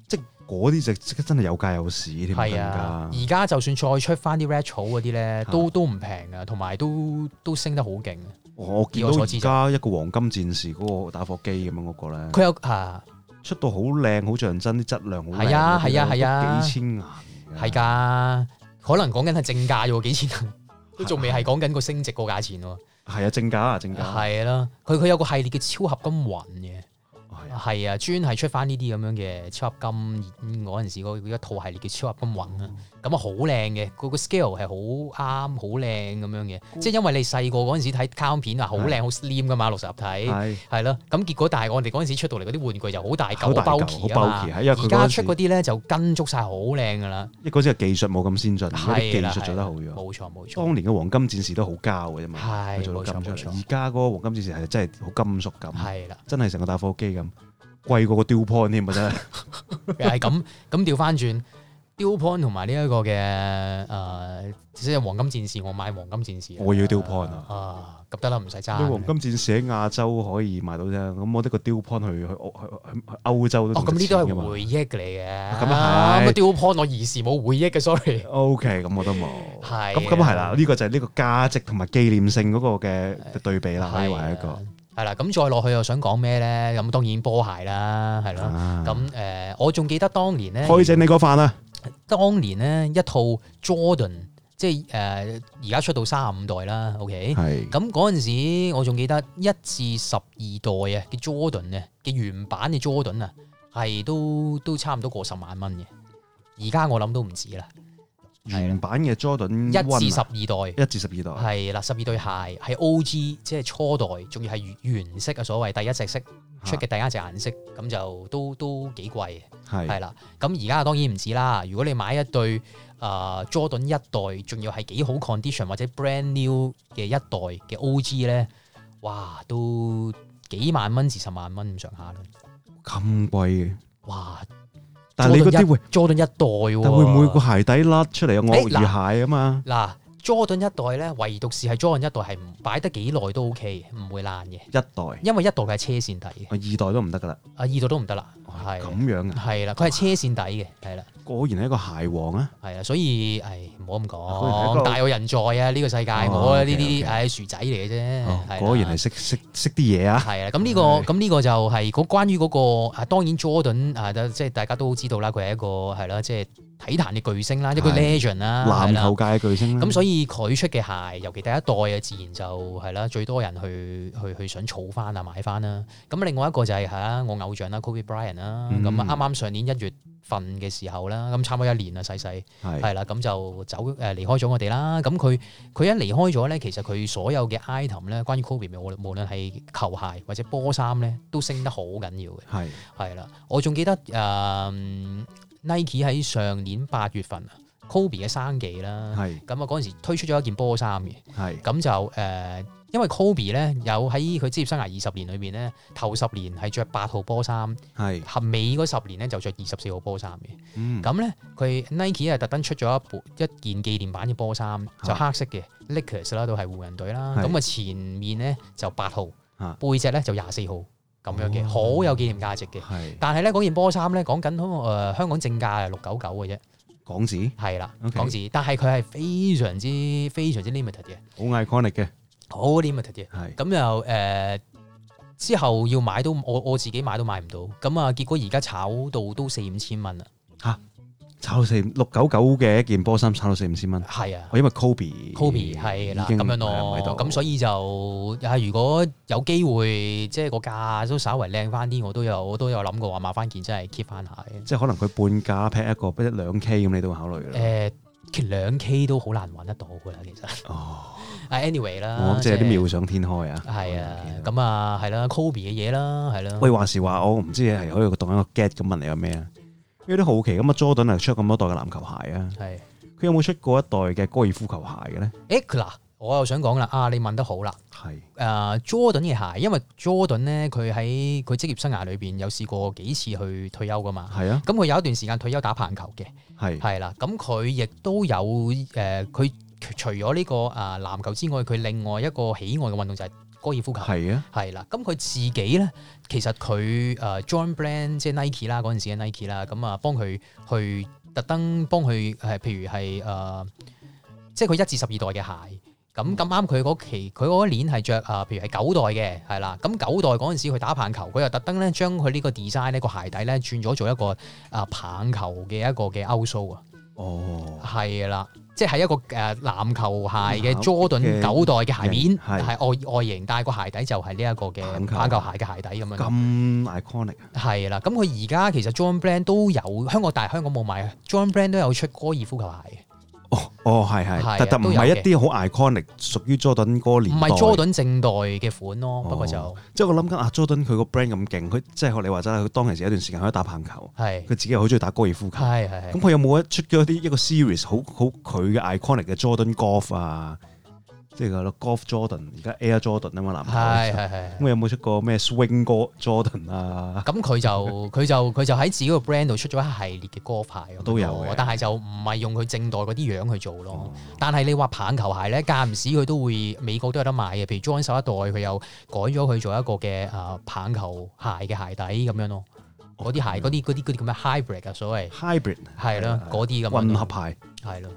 Speaker 1: 即係嗰啲就即真係有價有市添，
Speaker 3: 係啊，而家就算再出翻啲 retro 嗰啲咧，都都唔平啊，同埋都都升得好勁。啊
Speaker 1: 我我見
Speaker 3: 以我
Speaker 1: 到而
Speaker 3: 所知就
Speaker 1: 家一個黃金戰士嗰個打火機咁樣嗰個咧，
Speaker 3: 佢有啊，
Speaker 1: 出到好靚，好像真，啲質量好靚嗰啲
Speaker 3: 係啊
Speaker 1: 咧
Speaker 3: 係啊係啊
Speaker 1: 都幾千銀，
Speaker 3: 係㗎，可能講緊係正價啫喎，幾 千啊，都仲未係講緊個升值個價錢喎。
Speaker 1: 係啊正價啊正價，
Speaker 3: 係啦，佢佢有個系列嘅超合金雲嘅，
Speaker 1: 係啊
Speaker 3: 係啊，專係出翻呢啲咁樣嘅超合金嗯嗰陣時嗰一套系列嘅超合金雲啊，咁啊好靚嘅，個個 scale 係好啱好靚咁樣嘅，即係因為你細個嗰陣時睇卡通片啊，好靚好 slim 㗎嘛，六十合體。
Speaker 1: 係
Speaker 3: 係咯，咁結果但係我哋嗰陣時出到嚟嗰啲玩具就好大
Speaker 1: 好
Speaker 3: 嚿，
Speaker 1: 大嚿
Speaker 3: 好 bulky 啊
Speaker 1: 好
Speaker 3: 嘛
Speaker 1: bulky，係因為佢
Speaker 3: 而家
Speaker 1: 嗰陣時
Speaker 3: 出嗰啲咧就跟足晒好靚噶啦，
Speaker 1: 一嗰陣技術冇咁先進，而家啲技
Speaker 3: 係啦，
Speaker 1: 術做得好
Speaker 3: 係啦
Speaker 1: 咗。
Speaker 3: 冇錯冇錯，
Speaker 1: 當年嘅黃金戰士都好膠嘅啫嘛，
Speaker 3: 係
Speaker 1: 佢做到
Speaker 3: 冇
Speaker 1: 金
Speaker 3: 錯
Speaker 1: 出嚟。
Speaker 3: 冇錯
Speaker 1: 而家嗰個黃金戰士係真係好金屬感，
Speaker 3: 係啦，
Speaker 1: 真係成個打火機咁，貴過個 d u p o n 添啊真係。
Speaker 3: 係咁咁調翻轉。雕 p o n 同埋呢一個嘅誒、呃即係黃金戰士，我買黃金戰士啊。
Speaker 1: 我要 Dewpoint 啊
Speaker 3: 啊，咁得啦，唔使爭。
Speaker 1: 因為黃金戰士喺亞洲可以賣到啫，咁我得個 d u p o n 去去去去歐洲都
Speaker 3: 哦，
Speaker 1: 仲
Speaker 3: 咁呢
Speaker 1: 值錢
Speaker 3: 都係
Speaker 1: 㗎嘛。
Speaker 3: 回憶嚟嘅。
Speaker 1: 咁啊
Speaker 3: 啊
Speaker 1: 係
Speaker 3: 咁雕 p o n 我兒時冇回憶嘅，sorry。
Speaker 1: O K，咁我都冇。
Speaker 3: 係
Speaker 1: 咁咁係啦，呢個就係呢個價值同埋紀念性嗰個嘅對比啦，可以話係一個。
Speaker 3: 係啊啦，咁再落去又想講咩咧？咁當然波鞋啦，係咯。
Speaker 1: 啊
Speaker 3: 咁誒、呃我仲記得當年咧，
Speaker 1: 開正你嗰飯啊！
Speaker 3: 當年咧一套 Jordan，即係誒而家出到三十五代啦，OK。
Speaker 1: 係
Speaker 3: 咁嗰陣時，我仲記得一至十二代啊嘅 Jordan 啊嘅原版嘅 Jordan 啊，係都都差唔多過十萬蚊嘅。而家我諗都唔止啦，
Speaker 1: 原版嘅 Jordan
Speaker 3: 一至
Speaker 1: One
Speaker 3: 十
Speaker 1: 啊
Speaker 3: 二代
Speaker 1: 一至十二代，
Speaker 3: 係啦，十二對鞋係 O.G. 即係初代，仲要係原色啊，所謂第一隻色出嘅第一隻顏色，咁就都都幾貴嘅。係
Speaker 1: 係
Speaker 3: 啦，咁而家當然唔止啦。如果你買一對啊、呃 Jordan 一代，仲要係幾好 condition 或者 brand new 嘅一代嘅 OG 咧，哇，都幾萬蚊至十萬蚊咁上下啦。
Speaker 1: 咁貴嘅。
Speaker 3: 哇！
Speaker 1: 但係你嗰
Speaker 3: Jordan 一
Speaker 1: 啲會，
Speaker 3: Jordan 一代喎、
Speaker 1: 但會唔會個鞋底甩出嚟有鱷魚鞋啊嘛？
Speaker 3: 嗱 Jordan 一代咧，唯獨是係 Jordan 一代係唔擺得幾耐都 OK，唔會爛嘅，
Speaker 1: 一代，我
Speaker 3: 因為一代佢係車線底嘅，
Speaker 1: 二代都唔得噶啦。
Speaker 3: 啊二代都唔得啦，係
Speaker 1: 咁樣啊，
Speaker 3: 係啦，佢係車線底嘅，係啦。
Speaker 1: 果然係一個鞋王啊！
Speaker 3: 係啊，所以唉，唔好咁
Speaker 1: 果然啊係一個
Speaker 3: 講，大有人在啊！呢個世界，
Speaker 1: 哦
Speaker 3: 我
Speaker 1: OK，
Speaker 3: 呢
Speaker 1: OK
Speaker 3: 啲唉薯仔嚟嘅啫
Speaker 1: 哦，
Speaker 3: 係啦
Speaker 1: 果然係識識識啲嘢啊！
Speaker 3: 係啦。咁呢個
Speaker 1: 係
Speaker 3: 咁呢個就係嗰關於嗰個啊，當然 Jordan 啊，即係大家都知道啦，佢係一個係啦，即係體壇嘅巨星啦，一個
Speaker 1: 係
Speaker 3: legend 啦，係
Speaker 1: 籃
Speaker 3: 啦
Speaker 1: 球。界嘅巨星啦。
Speaker 3: 咁所以佢出嘅鞋，尤其第一代啊，自然就係啦，最多人去去去想儲翻啊，買翻啦。咁另外一個就係係啦，我偶像啦，Kobe Bryant 啦。
Speaker 1: 嗯
Speaker 3: 咁啱啱上年一月份嘅時候啦，咁差唔多一年啦，細細。
Speaker 1: 係
Speaker 3: 係啦，咁就走誒離開咗我哋啦。咁佢佢一離開咗咧，其實佢所有嘅 item 咧，關於 Kobe 嘅，無無論係球鞋或者波衫咧，都升得好緊要嘅。
Speaker 1: 係
Speaker 3: 係啦，我仲記得誒、嗯 Nike 喺上年八月份啊 Kobe 嘅生忌啦。
Speaker 1: 係
Speaker 3: 咁啊嗰陣時推出咗一件波衫嘅，
Speaker 1: 係
Speaker 3: 咁就誒、呃因為 Kobe 咧有喺佢職業生涯二十年裏邊咧，頭十年係着八號波衫，
Speaker 1: 係，
Speaker 3: 合尾嗰十年咧就着二十四號波衫嘅。
Speaker 1: 嗯
Speaker 3: 咁咧，佢 Nike 係特登出咗一部一件紀念版嘅波衫，
Speaker 1: 嚇
Speaker 3: 就黑色嘅 Lakers 啦，都係湖人隊啦。
Speaker 1: 係
Speaker 3: 咁啊前面咧就八號
Speaker 1: 嚇，
Speaker 3: 背脊咧就廿四號咁樣嘅，
Speaker 1: 哦
Speaker 3: 好有紀念價值嘅。
Speaker 1: 係
Speaker 3: 但係咧嗰件波衫咧講緊哦誒香港正價係六九九嘅啫，
Speaker 1: 港紙
Speaker 3: 係啦
Speaker 1: OK
Speaker 3: 港紙，但係佢係非常之非常之 limited 嘅，
Speaker 1: 好 iconic 嘅，
Speaker 3: 好 limited 嘅。
Speaker 1: 係
Speaker 3: 咁又誒之後要買都我我自己買都買唔到，咁啊結果而家炒到都四五千蚊啦，
Speaker 1: 炒到四五六九九嘅一件波衫，炒到四五千蚊。
Speaker 3: 係啊。
Speaker 1: 我因為 Kobe
Speaker 3: Kobe 係啦，
Speaker 1: 已經
Speaker 3: 咁樣
Speaker 1: 唔
Speaker 3: 咯
Speaker 1: 喺，度
Speaker 3: 咁所以就啊，如果有機會，即係個價都稍為靚翻啲，我都有我都有諗過話買翻件真係 keep 翻下嘅。
Speaker 1: 即係可能佢半價 pack 一個，一兩 K 咁，你都會考慮啦。
Speaker 3: 誒，其實兩 K 都好難揾得到㗎啦，其實。
Speaker 1: 哦，
Speaker 3: 啊，anyway 啦
Speaker 1: 我，即係有啲妙想天開啊！
Speaker 3: 係啊，咁啊係啦，Kobe 嘅嘢啦，係啦。
Speaker 1: 喂，話時話我唔知係可以當一個 get 咁問你有咩啊？有啲好奇咁啊，Jordan 係出咁多代嘅籃球鞋啊，
Speaker 3: 係，
Speaker 1: 佢有冇出過一代嘅高爾夫球鞋嘅咧？
Speaker 3: 誒嗱，我又想講啦，啊，你問得好啦。
Speaker 1: 係
Speaker 3: 誒、Jordan 嘅鞋，因為 Jordan 咧，佢喺佢職業生涯裏邊有試過幾次去退休㗎嘛。
Speaker 1: 係啊，
Speaker 3: 咁佢有一段時間退休打棒球嘅。
Speaker 1: 係
Speaker 3: 係啦，咁佢亦都有誒，呃佢、除咗呢、個啊、籃球之外，佢另外一個喜愛嘅運動就係高爾夫球。
Speaker 1: 係啊，
Speaker 3: 係啦，咁佢自己咧，其實佢誒、呃 John Brand 即係 Nike 啦，嗰陣時嘅 Nike 啦，咁啊幫佢去特登幫佢係譬如係誒、呃即係佢一至十二代嘅鞋。咁咁啱佢嗰期佢嗰年係着啊，譬如係九代嘅，係啦。咁九代嗰陣時佢打棒球，佢又特登咧將佢呢個 design 呢個鞋底咧轉咗做一個啊棒球嘅一個嘅 outsole 啊。
Speaker 1: 哦，
Speaker 3: 係啦，即係一個誒籃球鞋
Speaker 1: 籃
Speaker 3: 嘅
Speaker 1: 球
Speaker 3: Jordan
Speaker 1: 嘅
Speaker 3: 九代嘅鞋面，
Speaker 1: 係
Speaker 3: 係外外形，但係個鞋底就係呢一個
Speaker 1: 棒
Speaker 3: 嘅
Speaker 1: 球
Speaker 3: 棒球鞋嘅鞋底咁樣。
Speaker 1: 咁 iconic 啊
Speaker 3: 係啦，咁佢而家其實 John Brand 都有香港，但係香港冇買啊。John Brand 都有出高爾夫球鞋
Speaker 1: 哦哦，係係
Speaker 3: 係啊，
Speaker 1: 但但唔
Speaker 3: 都有
Speaker 1: 係
Speaker 3: 嘅
Speaker 1: 一啲好 iconic，屬於 Jordan 嗰個
Speaker 3: 嘅，
Speaker 1: 年
Speaker 3: 唔
Speaker 1: 代。
Speaker 3: 係 Jordan 正代嘅款咯，
Speaker 1: 哦
Speaker 3: 不過就
Speaker 1: 即係我諗緊啊，Jordan 佢個 brand 咁勁，佢即係學你話齋，佢當其時有一段時間喺度打棒球，
Speaker 3: 係
Speaker 1: 佢自己又好中意打高爾夫球。
Speaker 3: 係係
Speaker 1: 咁
Speaker 3: 係
Speaker 1: 佢有冇一出咗啲一個 series 好好佢嘅 iconic 嘅 Jordan Golf 啊，即係個 Golf Jordan，而家 Air Jordan 啊嘛，籃
Speaker 3: 係
Speaker 1: 球。
Speaker 3: 係係
Speaker 1: 咁佢有冇出過咩 Swing Go Jordan 啊？
Speaker 3: 咁佢就佢就佢就喺自己個 brand 度出咗一系列嘅歌牌咁樣咯
Speaker 1: 都有嘅
Speaker 3: 但係就唔係用佢正代嗰啲樣去做咯。
Speaker 1: 哦
Speaker 3: 但係你話棒球鞋咧，間唔時佢都會美國都有得賣嘅，譬如 John 十一代佢又改咗佢做一個嘅啊棒球鞋嘅鞋底咁樣咯，嗰啲
Speaker 1: 哦
Speaker 3: 鞋嗰啲嗰啲嗰啲咁嘅 hybrid 啊，所謂
Speaker 1: Hybrid
Speaker 3: 係咯，嗰啲咁樣咯
Speaker 1: 啊混合牌。
Speaker 3: 係咯，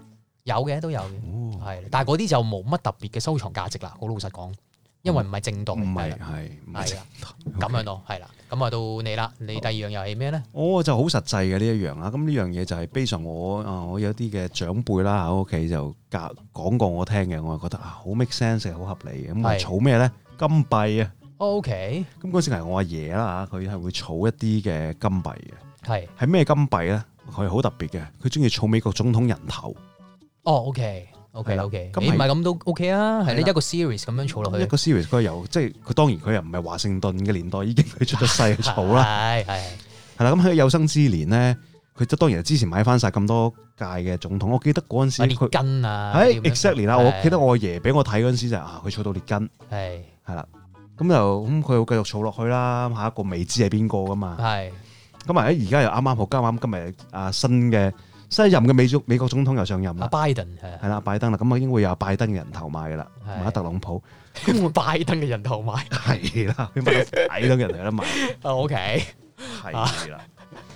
Speaker 3: 有嘅都有嘅，
Speaker 1: 哦
Speaker 3: 係啦，但係嗰啲就冇乜特別嘅收藏價值啦，好老實講，因為唔係正代，
Speaker 1: 嗯唔係
Speaker 3: 係啦
Speaker 1: 係唔係
Speaker 3: 係啦，啊咁樣咯，係啦，咁啊到你啦，你第二樣又係咩咧？
Speaker 1: 我哦就好實際嘅呢一樣啊啦，咁呢樣嘢就係 base on 我啊，我有啲嘅長輩啦喺屋企就教講過我聽嘅，我就覺得啊好 make sense 嘅，好合理嘅。咁我
Speaker 3: 係
Speaker 1: 儲咩咧？金幣啊！
Speaker 3: O K，
Speaker 1: 咁嗰時係我阿爺啦，佢係會儲一啲嘅金幣嘅。
Speaker 3: 係，
Speaker 1: 係咩金幣咧？佢好特別嘅，佢中意儲美國總統人頭，
Speaker 3: 哦 O K。O
Speaker 1: 係
Speaker 3: K
Speaker 1: 啦
Speaker 3: O K，
Speaker 1: 咁
Speaker 3: 你唔
Speaker 1: 係
Speaker 3: 係咁都 O K 啊，係你
Speaker 1: 係啦
Speaker 3: 一個 series 咁樣儲落
Speaker 1: 一
Speaker 3: 去
Speaker 1: 個，series 佢由即係佢當然佢又唔係華盛頓嘅年代已經佢出 咗世去儲啦，
Speaker 3: 係係。
Speaker 1: 係啦。咁佢有生之年咧，佢就當然係之前買翻晒咁多屆嘅總統。我記得嗰陣時
Speaker 3: 啊列
Speaker 1: 佢
Speaker 3: 根啊，
Speaker 1: 係哎
Speaker 3: 嗰啲咁樣
Speaker 1: exactly 啦，
Speaker 3: 係
Speaker 1: 我記得我阿爺俾我睇嗰陣時就係啊，佢儲到列根
Speaker 3: 係
Speaker 1: 係啦。咁就咁佢會繼續儲落去啦，下一個未知係邊個噶嘛。
Speaker 3: 係
Speaker 1: 咁啊而家又啱啱好，啱啱今日啊新嘅新一任嘅美總美國總統又上任
Speaker 3: 阿
Speaker 1: 啦，
Speaker 3: 拜登係
Speaker 1: 係啦拜登啦，咁啊應該會有拜登嘅人頭賣噶啦，
Speaker 3: 係
Speaker 1: 同埋特朗普。
Speaker 3: 啊， 拜登嘅人頭 買啊
Speaker 1: 係啦，你乜都矮到人哋有得買，
Speaker 3: ，OK 啊
Speaker 1: 係啦，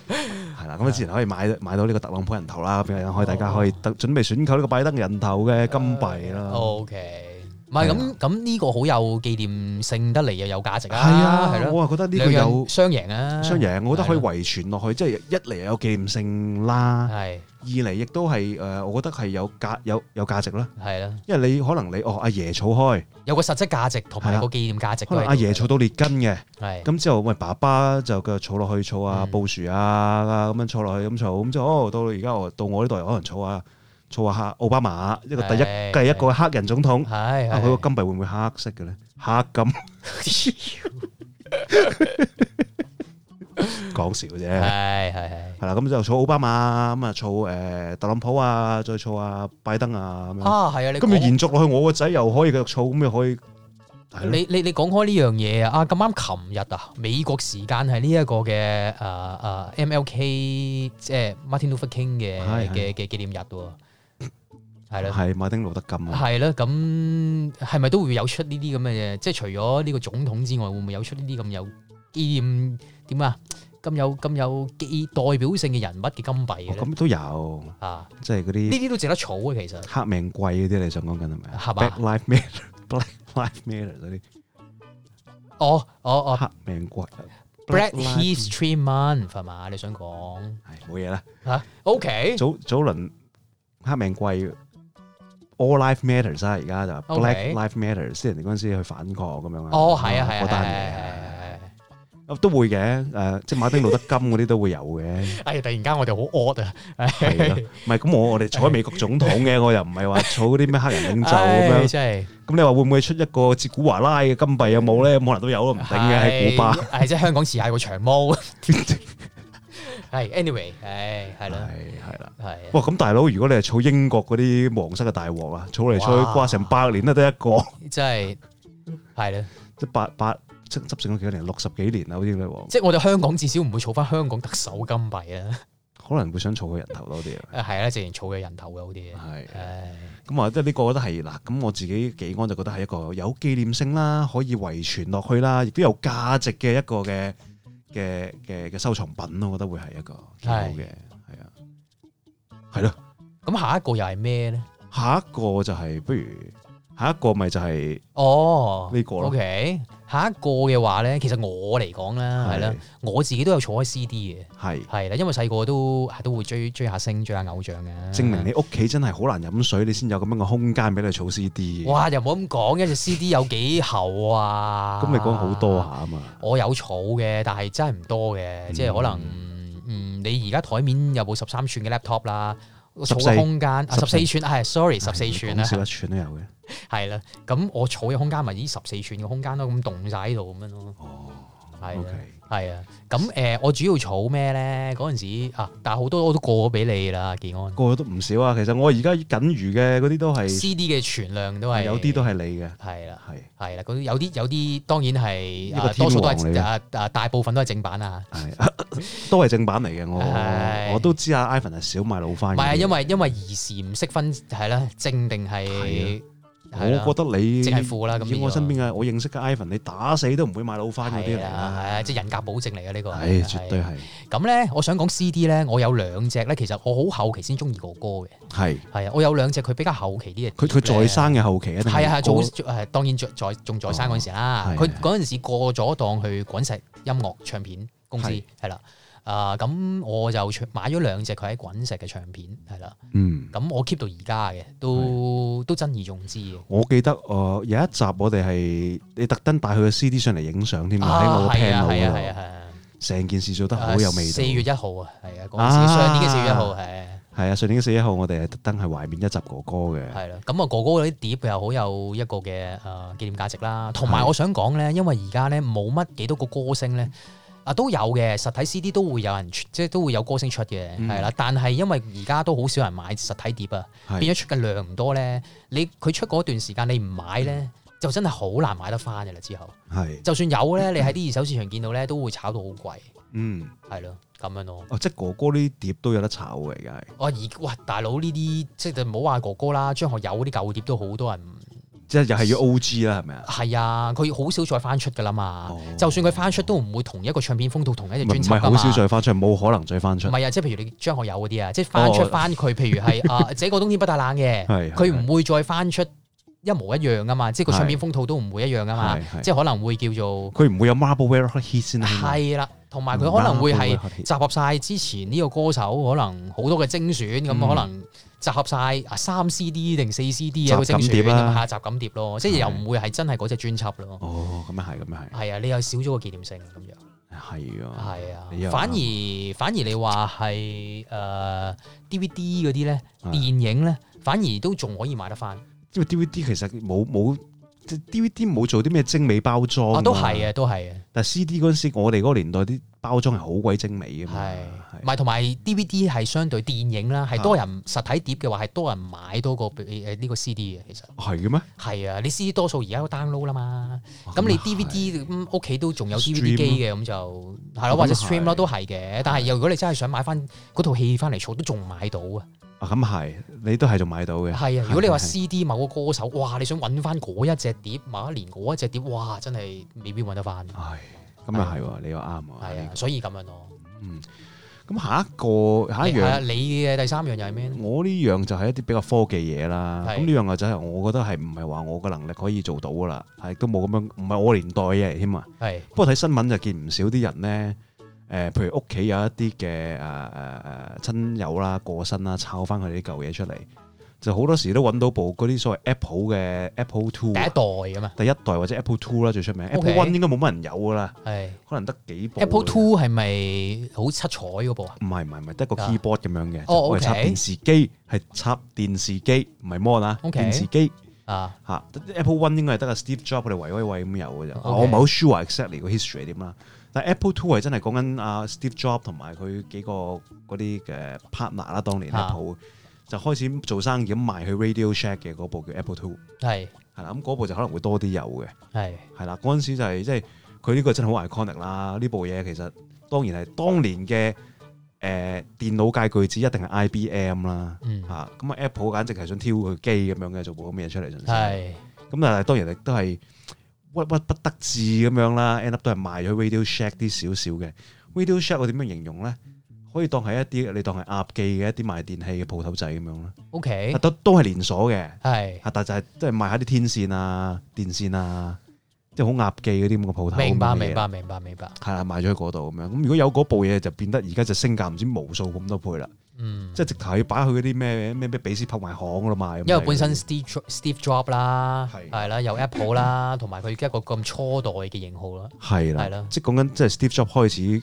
Speaker 1: 係啦，咁啊自然可以買買到呢個特朗普人頭啦，咁樣可以大家可以特準備選購呢個拜登人頭嘅金幣
Speaker 3: 哦
Speaker 1: 啦。
Speaker 3: OK，唔係咁咁呢個好有紀念性得嚟又有價值
Speaker 1: 係
Speaker 3: 啊，係
Speaker 1: 啊，
Speaker 3: 咯，
Speaker 1: 我啊覺得呢個
Speaker 3: 兩
Speaker 1: 有
Speaker 3: 樣雙贏啊，
Speaker 1: 雙贏，我覺得可以遺傳落去，即係一嚟有紀念性啦，
Speaker 3: 係啊
Speaker 1: 二嚟亦都係誒，我覺得係有價有有價值啦。
Speaker 3: 係啦，
Speaker 1: 因為你可能你哦阿爺儲開，
Speaker 3: 有個實質價值同
Speaker 1: 係
Speaker 3: 埋
Speaker 1: 啦
Speaker 3: 個紀念價值
Speaker 1: 可
Speaker 3: 都
Speaker 1: 能
Speaker 3: 喺度嘅，
Speaker 1: 阿爺儲到列根嘅，
Speaker 3: 係
Speaker 1: 咁之後喂爸爸就繼續儲落去，儲啊
Speaker 3: 嗯
Speaker 1: 布殊啊咁樣儲落去，咁儲咁之後哦到而家我到我呢代可能儲下儲下奧巴馬一個第一
Speaker 3: 係
Speaker 1: 第一個黑人總統，
Speaker 3: 係
Speaker 1: 啊佢個
Speaker 3: 係
Speaker 1: 金幣會唔會黑色 嘅咧？黑金講笑啫。
Speaker 3: 係係係。
Speaker 1: 係啦，咁就儲奧巴馬，咁啊儲誒特朗普啊，再儲啊拜登啊咁樣。
Speaker 3: 啊，係啊，你
Speaker 1: 咁要
Speaker 3: 講
Speaker 1: 延續落去，我個仔又可以繼續儲，咁又可以係咯。
Speaker 3: 你你你講開呢樣嘢啊！啊咁啱，琴日啊，美國時間係呢一個嘅誒啊誒 MLK 即係 Martin Luther King 嘅
Speaker 1: 係係
Speaker 3: 嘅嘅紀念日喎，係啦。
Speaker 1: 係馬丁路德金啊，
Speaker 3: 係啦，咁係咪都會有出呢啲咁嘅嘢？即係除咗呢個總統之外，會唔會有出呢啲咁有紀念點啊？咁有咁有紀代表性嘅人物嘅金幣嘅咧
Speaker 1: 哦咁都有，
Speaker 3: 啊！
Speaker 1: 即係嗰
Speaker 3: 呢
Speaker 1: 啲
Speaker 3: 啲都值得儲啊嘅，其實
Speaker 1: 黑命貴嗰啲，你想講緊係咪啊
Speaker 3: 係嘛
Speaker 1: ？Black Life Matter、Black Life Matter 嗰啲
Speaker 3: 哦哦哦
Speaker 1: 黑命貴。
Speaker 3: ，Black
Speaker 1: Lives-
Speaker 3: History Month 係嘛？你想講
Speaker 1: 係冇嘢啦。
Speaker 3: 嚇？OK。
Speaker 1: 早早輪黑命貴，All Life Matters 啦，而家就話
Speaker 3: OK
Speaker 1: Black Life Matters，即係人哋嗰陣時去反抗咁樣啊。
Speaker 3: 哦，係啊，係啊，
Speaker 1: 嗰單嘢。
Speaker 3: 嘢。
Speaker 1: 都會嘅，誒，即係馬丁路德金嗰啲都會有嘅，
Speaker 3: 哎呀，突然間我哋好 odd 啊！
Speaker 1: 係咯。唔係咁，我我哋坐喺美國總統嘅，我又唔係話儲嗰啲咩黑人領袖咁
Speaker 3: 唉
Speaker 1: 樣。
Speaker 3: 真係
Speaker 1: 咁你話會唔會出一個似古華拉嘅金幣有冇咧？咁可能都有咯，唔定嘅喺古巴。
Speaker 3: 係係即係香港時下個長毛。係，anyway，唉，係
Speaker 1: 係
Speaker 3: 啦，
Speaker 1: 係啦。
Speaker 3: 係啊
Speaker 1: 哇！咁大佬，如果你係儲英國嗰啲皇室嘅大鑊啊，儲嚟儲去
Speaker 3: 哇
Speaker 1: 掛成百年都得一個，
Speaker 3: 真係係啦，
Speaker 1: 即係八八執執政咗幾多年，六十幾年啊啦，好似女王，
Speaker 3: 即係我哋香港至少唔會儲翻香港特首金幣啦，
Speaker 1: 可能會想儲佢人頭多啲啊。
Speaker 3: 誒係啦，直情儲嘅人頭嘅好啲嘅，
Speaker 1: 係。
Speaker 3: 唉，
Speaker 1: 咁啊，即係呢個我覺得係嗱，咁我自己幾安就覺得係一個有紀念性啦，可以遺傳落去啦，亦都有價值嘅一個嘅嘅嘅嘅收藏品咯，我覺得會係一個幾好嘅，係啊，係咯。
Speaker 3: 咁下一個又係咩咧？
Speaker 1: 下一個就係、不如下一個咪就係
Speaker 3: 哦，
Speaker 1: 呢個咯
Speaker 3: O K，下一個嘅話咧，其實我嚟講啦，係啦，我自己都有儲開 C D 嘅。
Speaker 1: 係
Speaker 3: 係啦，因為細個都係都會追追下星、追下偶像嘅。
Speaker 1: 證明你屋企真係好難飲水，你先有咁樣嘅空間俾你儲 CD 嘅。
Speaker 3: 哇！又唔好咁講，一隻 CD 有幾厚啊？
Speaker 1: 咁你講好多下，啊嘛，
Speaker 3: 我有儲嘅，但係真係唔多嘅，即係可能嗯，你而家台面有部十三寸嘅 laptop 啦，我儲
Speaker 1: 14
Speaker 3: 嘅空間啊十
Speaker 1: 14
Speaker 3: 四寸，係 sorry 十四寸啦
Speaker 1: 講，少一寸都有嘅。
Speaker 3: 係啦，咁我儲嘅空間咪呢十四寸嘅空間咯，咁凍晒喺度咁樣咯，
Speaker 1: 哦
Speaker 3: 係啦。
Speaker 1: ，OK，
Speaker 3: 係啊，咁誒、呃我主要儲咩咧？嗰陣時啊，但係好多我都過咗俾你啦，健安。
Speaker 1: 個個都唔少啊。其實我而家僅餘嘅嗰啲都係
Speaker 3: CD 嘅存量都係
Speaker 1: 有啲都係你 嘅，
Speaker 3: 係啦，
Speaker 1: 係。
Speaker 3: 係啦，嗰啲有啲有啲當然係
Speaker 1: 呢個
Speaker 3: 啊
Speaker 1: 天
Speaker 3: 多數都
Speaker 1: 王嚟
Speaker 3: 係
Speaker 1: 嘅
Speaker 3: 啊啊大部分都係正版啊，
Speaker 1: 係都係正版嚟嘅。我
Speaker 3: 係
Speaker 1: 我都知啊，Ivan 係少買老翻。
Speaker 3: 唔係啊，因為因為兒時唔識分係啦，正定係
Speaker 1: 係啊
Speaker 3: 係啦
Speaker 1: 我覺得你
Speaker 3: 淨係富啦咁
Speaker 1: 以
Speaker 3: 變咗
Speaker 1: 我身邊嘅我認識嘅 Ivan，你打死都唔會買老翻嗰啲
Speaker 3: 係
Speaker 1: 嚟
Speaker 3: 啦，
Speaker 1: 啦。
Speaker 3: 係啊即係人格保證嚟嘅呢個，
Speaker 1: 係絕對
Speaker 3: 係啊
Speaker 1: 係
Speaker 3: 咁咧。我想講 CD 咧，我有兩隻咧，其實我好後期先中意哥哥嘅，
Speaker 1: 係
Speaker 3: 係啊，我有兩隻佢比較後期啲嘅碟
Speaker 1: 佢佢
Speaker 3: 咧，
Speaker 1: 在生嘅後期一定
Speaker 3: 係啊係
Speaker 1: 高
Speaker 3: 啊，早誒當然在在仲在生嗰陣時
Speaker 1: 哦，
Speaker 3: 啦
Speaker 1: 係
Speaker 3: 佢
Speaker 1: 係
Speaker 3: 嗰陣時過咗檔去滾石音樂唱片公司
Speaker 1: 係
Speaker 3: 係啦，啊咁我就唱買咗兩隻佢喺滾石嘅唱片係啦，
Speaker 1: 嗯。
Speaker 3: 咁我 keep 到而家嘅，都都珍而重之嘅。
Speaker 1: 我記得誒、呃有一集我哋係你特登帶佢嘅 CD 上嚟影相添啊，喺我
Speaker 3: 啊
Speaker 1: 個 p
Speaker 3: 係
Speaker 1: a
Speaker 3: 啊係啊
Speaker 1: n 嗰
Speaker 3: 係啊
Speaker 1: 度，
Speaker 3: 係啊，
Speaker 1: 成件事做得好有味道。
Speaker 3: 四月一號啊，係啊，嗰陣時上年嘅四月一號係啊
Speaker 1: 係啊，上年嘅四月一號我哋係特登係懷緬一集哥哥嘅，
Speaker 3: 係啦，咁啊哥哥嗰啲碟又好有一個嘅誒紀念價值啦，同埋
Speaker 1: 係
Speaker 3: 我想講咧，因為而家咧冇乜幾多個歌星咧。啊都有嘅，實體 CD 都會有人出，即係都會有歌星出嘅，
Speaker 1: 嗯
Speaker 3: 係啦、但係因為而家都好少人買實體碟啊，
Speaker 1: 係
Speaker 3: 變咗出嘅量唔多咧。你佢出嗰段時間你唔買咧，
Speaker 1: 嗯
Speaker 3: 就真係好難買得翻嘅啦。之後
Speaker 1: 係
Speaker 3: 就算有咧，你 喺啲二手市場見到咧，都會炒到好貴，
Speaker 1: 嗯
Speaker 3: 係咯，咁樣咯。
Speaker 1: 哦，即係哥哥呢啲碟都有得炒嘅，而家係。
Speaker 3: 我而哇大佬呢啲即係唔好話哥哥啦，張學友嗰啲舊碟都好多人
Speaker 1: 即係又係要 O.G. 啦，係咪啊？
Speaker 3: 係啊，佢好少再翻出噶啦嘛。
Speaker 1: 哦
Speaker 3: 就算佢翻出，都唔會同一個唱片封套同一隻
Speaker 1: 唔係
Speaker 3: 專
Speaker 1: 唔
Speaker 3: 輯
Speaker 1: 係
Speaker 3: 噶
Speaker 1: 好
Speaker 3: 嘛。
Speaker 1: 少再翻出，冇可能再翻出
Speaker 3: 唔。係啊，即係譬如你張學友嗰啲啊，即係翻出
Speaker 1: 哦
Speaker 3: 翻佢，譬 如係啊，這個冬天不太冷嘅
Speaker 1: 係係，
Speaker 3: 佢唔會再翻出一模一樣噶嘛，即係個唱片封套都唔會一樣噶嘛
Speaker 1: 係係，
Speaker 3: 即係可能會叫做
Speaker 1: 佢唔會有 Marble Ware Hot Hit 先啦。
Speaker 3: 係啦，同埋佢可能會
Speaker 1: Marble
Speaker 3: 係
Speaker 1: Ware Hot Hit
Speaker 3: 集合晒之前呢個歌手可能好多嘅精選，咁
Speaker 1: 嗯
Speaker 3: 可能集合晒啊三 CD 定四 CD 啊個
Speaker 1: 集
Speaker 3: 精
Speaker 1: 錦碟
Speaker 3: 選
Speaker 1: 啦
Speaker 3: 咁下集咁碟咯，即係又唔會係真係嗰隻專輯咯。
Speaker 1: 哦，咁樣係，咁樣係，
Speaker 3: 係啊，你又少咗個紀念性咁樣。
Speaker 1: 係啊，
Speaker 3: 係啊
Speaker 1: 你又，
Speaker 3: 反而反而你話係呃誒 DVD 嗰啲咧，
Speaker 1: 係
Speaker 3: 電影咧，反而都仲可以買得翻。
Speaker 1: 因為 DVD 其實冇冇即係 DVD 冇做啲咩精美包裝
Speaker 3: 啊，
Speaker 1: 㗎
Speaker 3: 都係，嘅，都係嘅。啊
Speaker 1: 但係 CD 嗰陣時，我哋嗰個年代啲包裝係好鬼精美嘅嘛。
Speaker 3: 係，
Speaker 1: 啊係
Speaker 3: 唔係同埋 DVD 係相對電影啦，係多人實體碟嘅話係多人買多過誒呢個 CD 嘅，其實
Speaker 1: 係嘅咩？
Speaker 3: 係啊，你 CD 多數而家都 download 啦嘛，咁你
Speaker 1: 啊
Speaker 3: DVD 咁屋企都仲有
Speaker 1: Stream
Speaker 3: DVD 機嘅，咁就
Speaker 1: 咁
Speaker 3: 係
Speaker 1: 啊
Speaker 3: 咯，或者
Speaker 1: 係
Speaker 3: stream 咯都係嘅，但係又如果你真係想買翻嗰套戲翻嚟儲，都仲買到啊，
Speaker 1: 啊咁係，你都係仲買到嘅。
Speaker 3: 係啊，如果你話
Speaker 1: 係係
Speaker 3: CD 某個歌手，哇，你想揾翻嗰一隻碟，某一年嗰一隻碟，哇，真係未必揾得翻，
Speaker 1: 係咁又哦係喎，你又啱喎。
Speaker 3: 係啊，所以咁樣咯。
Speaker 1: 咁下一個下一
Speaker 3: 你係啊
Speaker 1: 樣，
Speaker 3: 你嘅第三樣又係咩咧？
Speaker 1: 我呢樣就係一啲比較科技嘢啦。
Speaker 3: 係
Speaker 1: 咁呢樣就真係我覺得係唔係話我嘅能力可以做到噶啦，係都冇咁樣，唔係我年代嘅嘢嚟添啊。
Speaker 3: 係
Speaker 1: 不過睇新聞就見唔少啲人咧，誒、譬如屋企有一啲嘅誒誒誒親友啦過身啦，抄翻佢哋啲舊嘢出嚟，就好多時都揾到部嗰啲所謂 Apple 嘅 Apple Two
Speaker 3: 第一代咁啊，
Speaker 1: 第一代或者 Apple Two 啦最出名 Apple One 應該冇乜人有噶啦，
Speaker 3: 係。
Speaker 1: 可能得幾部
Speaker 3: Apple
Speaker 1: 嘅
Speaker 3: Two 係咪好七彩嗰部啊？
Speaker 1: 唔係唔係唔係得個
Speaker 3: 啊
Speaker 1: keyboard 咁樣嘅，
Speaker 3: 哦
Speaker 1: 我係
Speaker 3: OK
Speaker 1: 插電視機，係插電視機，唔係 mon 啊
Speaker 3: OK
Speaker 1: 電視機
Speaker 3: 啊，
Speaker 1: 嚇。Apple One 應該係得個 Steve Jobs 佢哋維威維咁有嘅啫，
Speaker 3: OK
Speaker 1: 我唔係好 sure exactly 個 history 係點啦。但 Apple Two 係真係講緊阿 Steve Jobs 同埋佢幾個嗰啲嘅 partner 啦，當年
Speaker 3: 啊
Speaker 1: Apple 就開始做生意咁賣去 Radio Shack 嘅嗰部叫 Apple Two
Speaker 3: 係
Speaker 1: 係啦，咁嗰部就可能會多啲有嘅。
Speaker 3: 係
Speaker 1: 係啦，嗰陣時就係即係佢呢個真係好 iconic 啦。呢部嘢其實當然係當年嘅誒、呃、電腦界巨子，一定係 IBM 啦。
Speaker 3: 嗯
Speaker 1: 嚇咁啊，Apple 簡直係想挑佢機咁樣嘅，做部咁嘅嘢出嚟。純粹
Speaker 3: 係
Speaker 1: 咁，但係當然亦都係屈屈不得志咁樣啦。end up 都係賣咗 Radio Shack 啲少少嘅。Radio Shack 我點樣形容咧？可以當係一啲你當係鴨記嘅一啲賣電器嘅鋪頭仔咁樣啦，
Speaker 3: OK
Speaker 1: 但都都係連鎖嘅。
Speaker 3: 係
Speaker 1: 啊！但就係即係賣下啲天線啊、電線啊，即係好鴨記嗰啲咁嘅鋪頭。
Speaker 3: 明白明。白明白明白，
Speaker 1: 係啦，賣咗去嗰度咁樣。咁如果有嗰部嘢，就變得而家就升價唔知無數咁多倍啦。
Speaker 3: 嗯，
Speaker 1: 即係直頭要擺去嗰啲咩咩咩比斯拍賣行嗰度賣。
Speaker 3: 因為本身 Steve Jo- Steve Jobs 啦，
Speaker 1: 係
Speaker 3: 係啦，有 Apple 啦，同埋佢一個咁初代嘅型號啦，
Speaker 1: 係
Speaker 3: 係
Speaker 1: 啦
Speaker 3: 啦，
Speaker 1: 即係講緊即係 Steve Jobs 開始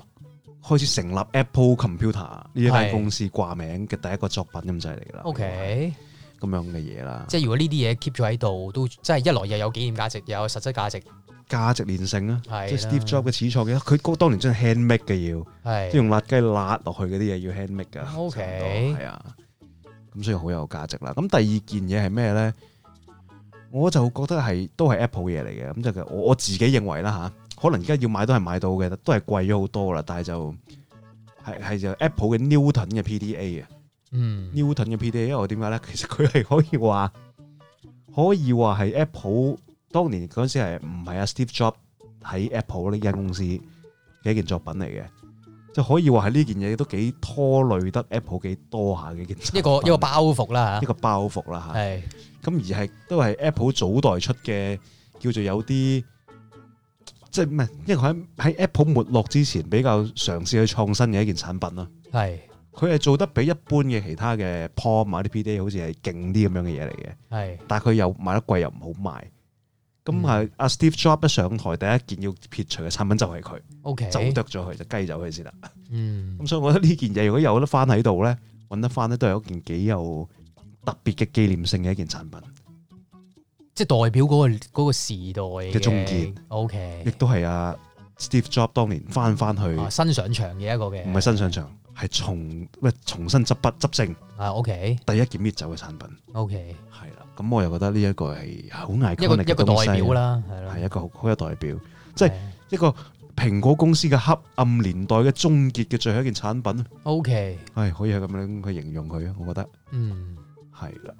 Speaker 1: 開始成立 Apple Computer 呢一間
Speaker 3: 係
Speaker 1: 公司掛名嘅第一個作品咁滯嚟㗎啦。
Speaker 3: OK，
Speaker 1: 咁樣嘅嘢啦，
Speaker 3: 即係如果呢啲嘢 keep 咗喺度，都即係一來又有紀念價值，又有實質價值，
Speaker 1: 價值連城啊！
Speaker 3: 係
Speaker 1: 即係
Speaker 3: 啦
Speaker 1: Steve Jobs 嘅始創嘅，佢嗰當年真係 hand make 嘅要。即係
Speaker 3: 係
Speaker 1: 用辣雞辣落去嗰啲嘢要 hand make 噶。
Speaker 3: OK
Speaker 1: 係啊，咁所以好有價值啦。咁第二件嘢係咩咧？我就覺得係都係 Apple 嘢嚟嘅，咁就係我我自己認為啦吓，可能而家要買都係買到嘅，都係貴咗好多啦。但係就係係就 Apple 嘅 Newton 嘅 PDA 啊
Speaker 3: 嗯
Speaker 1: ，Newton 嘅 PDA，因為點解咧？其實佢係可以話 可以話係 Apple 當年嗰陣時係唔係啊 Steve Jobs 喺 Apple 呢間公司嘅一件作品嚟嘅，即係可以話係呢件嘢都幾拖累得 Apple 幾多下嘅一件
Speaker 3: 一
Speaker 1: 作
Speaker 3: 個一
Speaker 1: 品
Speaker 3: 個包袱啦
Speaker 1: 一個包袱啦
Speaker 3: 嚇，
Speaker 1: 嚇。
Speaker 3: 係
Speaker 1: 咁而係都係 Apple 早代出嘅叫做有啲。即係唔係？因為佢喺喺 Apple 沒落之前，比較嘗試去創新嘅一件產品啦。
Speaker 3: 係
Speaker 1: 佢係做得比一般嘅其他嘅 POM 啊啲 PDA 好似係勁啲咁樣嘅嘢嚟嘅。
Speaker 3: 係
Speaker 1: 但係佢又賣得貴又唔好賣。咁
Speaker 3: 嗯
Speaker 1: 係阿 Steve Jobs 一上台，第一件要撇除嘅產品就係佢，
Speaker 3: OK，
Speaker 1: 就剁咗佢，就雞走佢先啦。
Speaker 3: 嗯
Speaker 1: 咁所以我覺得呢件嘢如果有得翻喺度咧，揾得翻咧都係一件幾有特別嘅紀念性嘅一件產品，
Speaker 3: 即係代表嗰個嗰個時代
Speaker 1: 嘅終結。
Speaker 3: O
Speaker 1: 亦
Speaker 3: K，
Speaker 1: 都係阿 Steve Jobs 當年翻翻去，
Speaker 3: 啊
Speaker 1: 唔
Speaker 3: 新上場嘅一個嘅，
Speaker 1: 係新上場，係重喂重新執筆執政
Speaker 3: 啊 O K
Speaker 1: 第一件搣走嘅產品，
Speaker 3: O K，
Speaker 1: 係啦。咁我又覺得呢一個係好 iconic
Speaker 3: 一個
Speaker 1: 嘅
Speaker 3: 一個代表啊
Speaker 1: 啦，
Speaker 3: 啦，係咯，
Speaker 1: 係一個好好有代表。即係
Speaker 3: 係
Speaker 1: 一個蘋果公司嘅黑暗年代嘅終結嘅最後一件產品，
Speaker 3: O K，
Speaker 1: 唉，可以係咁樣去形容佢啊，我覺得
Speaker 3: 嗯。
Speaker 1: 係啦，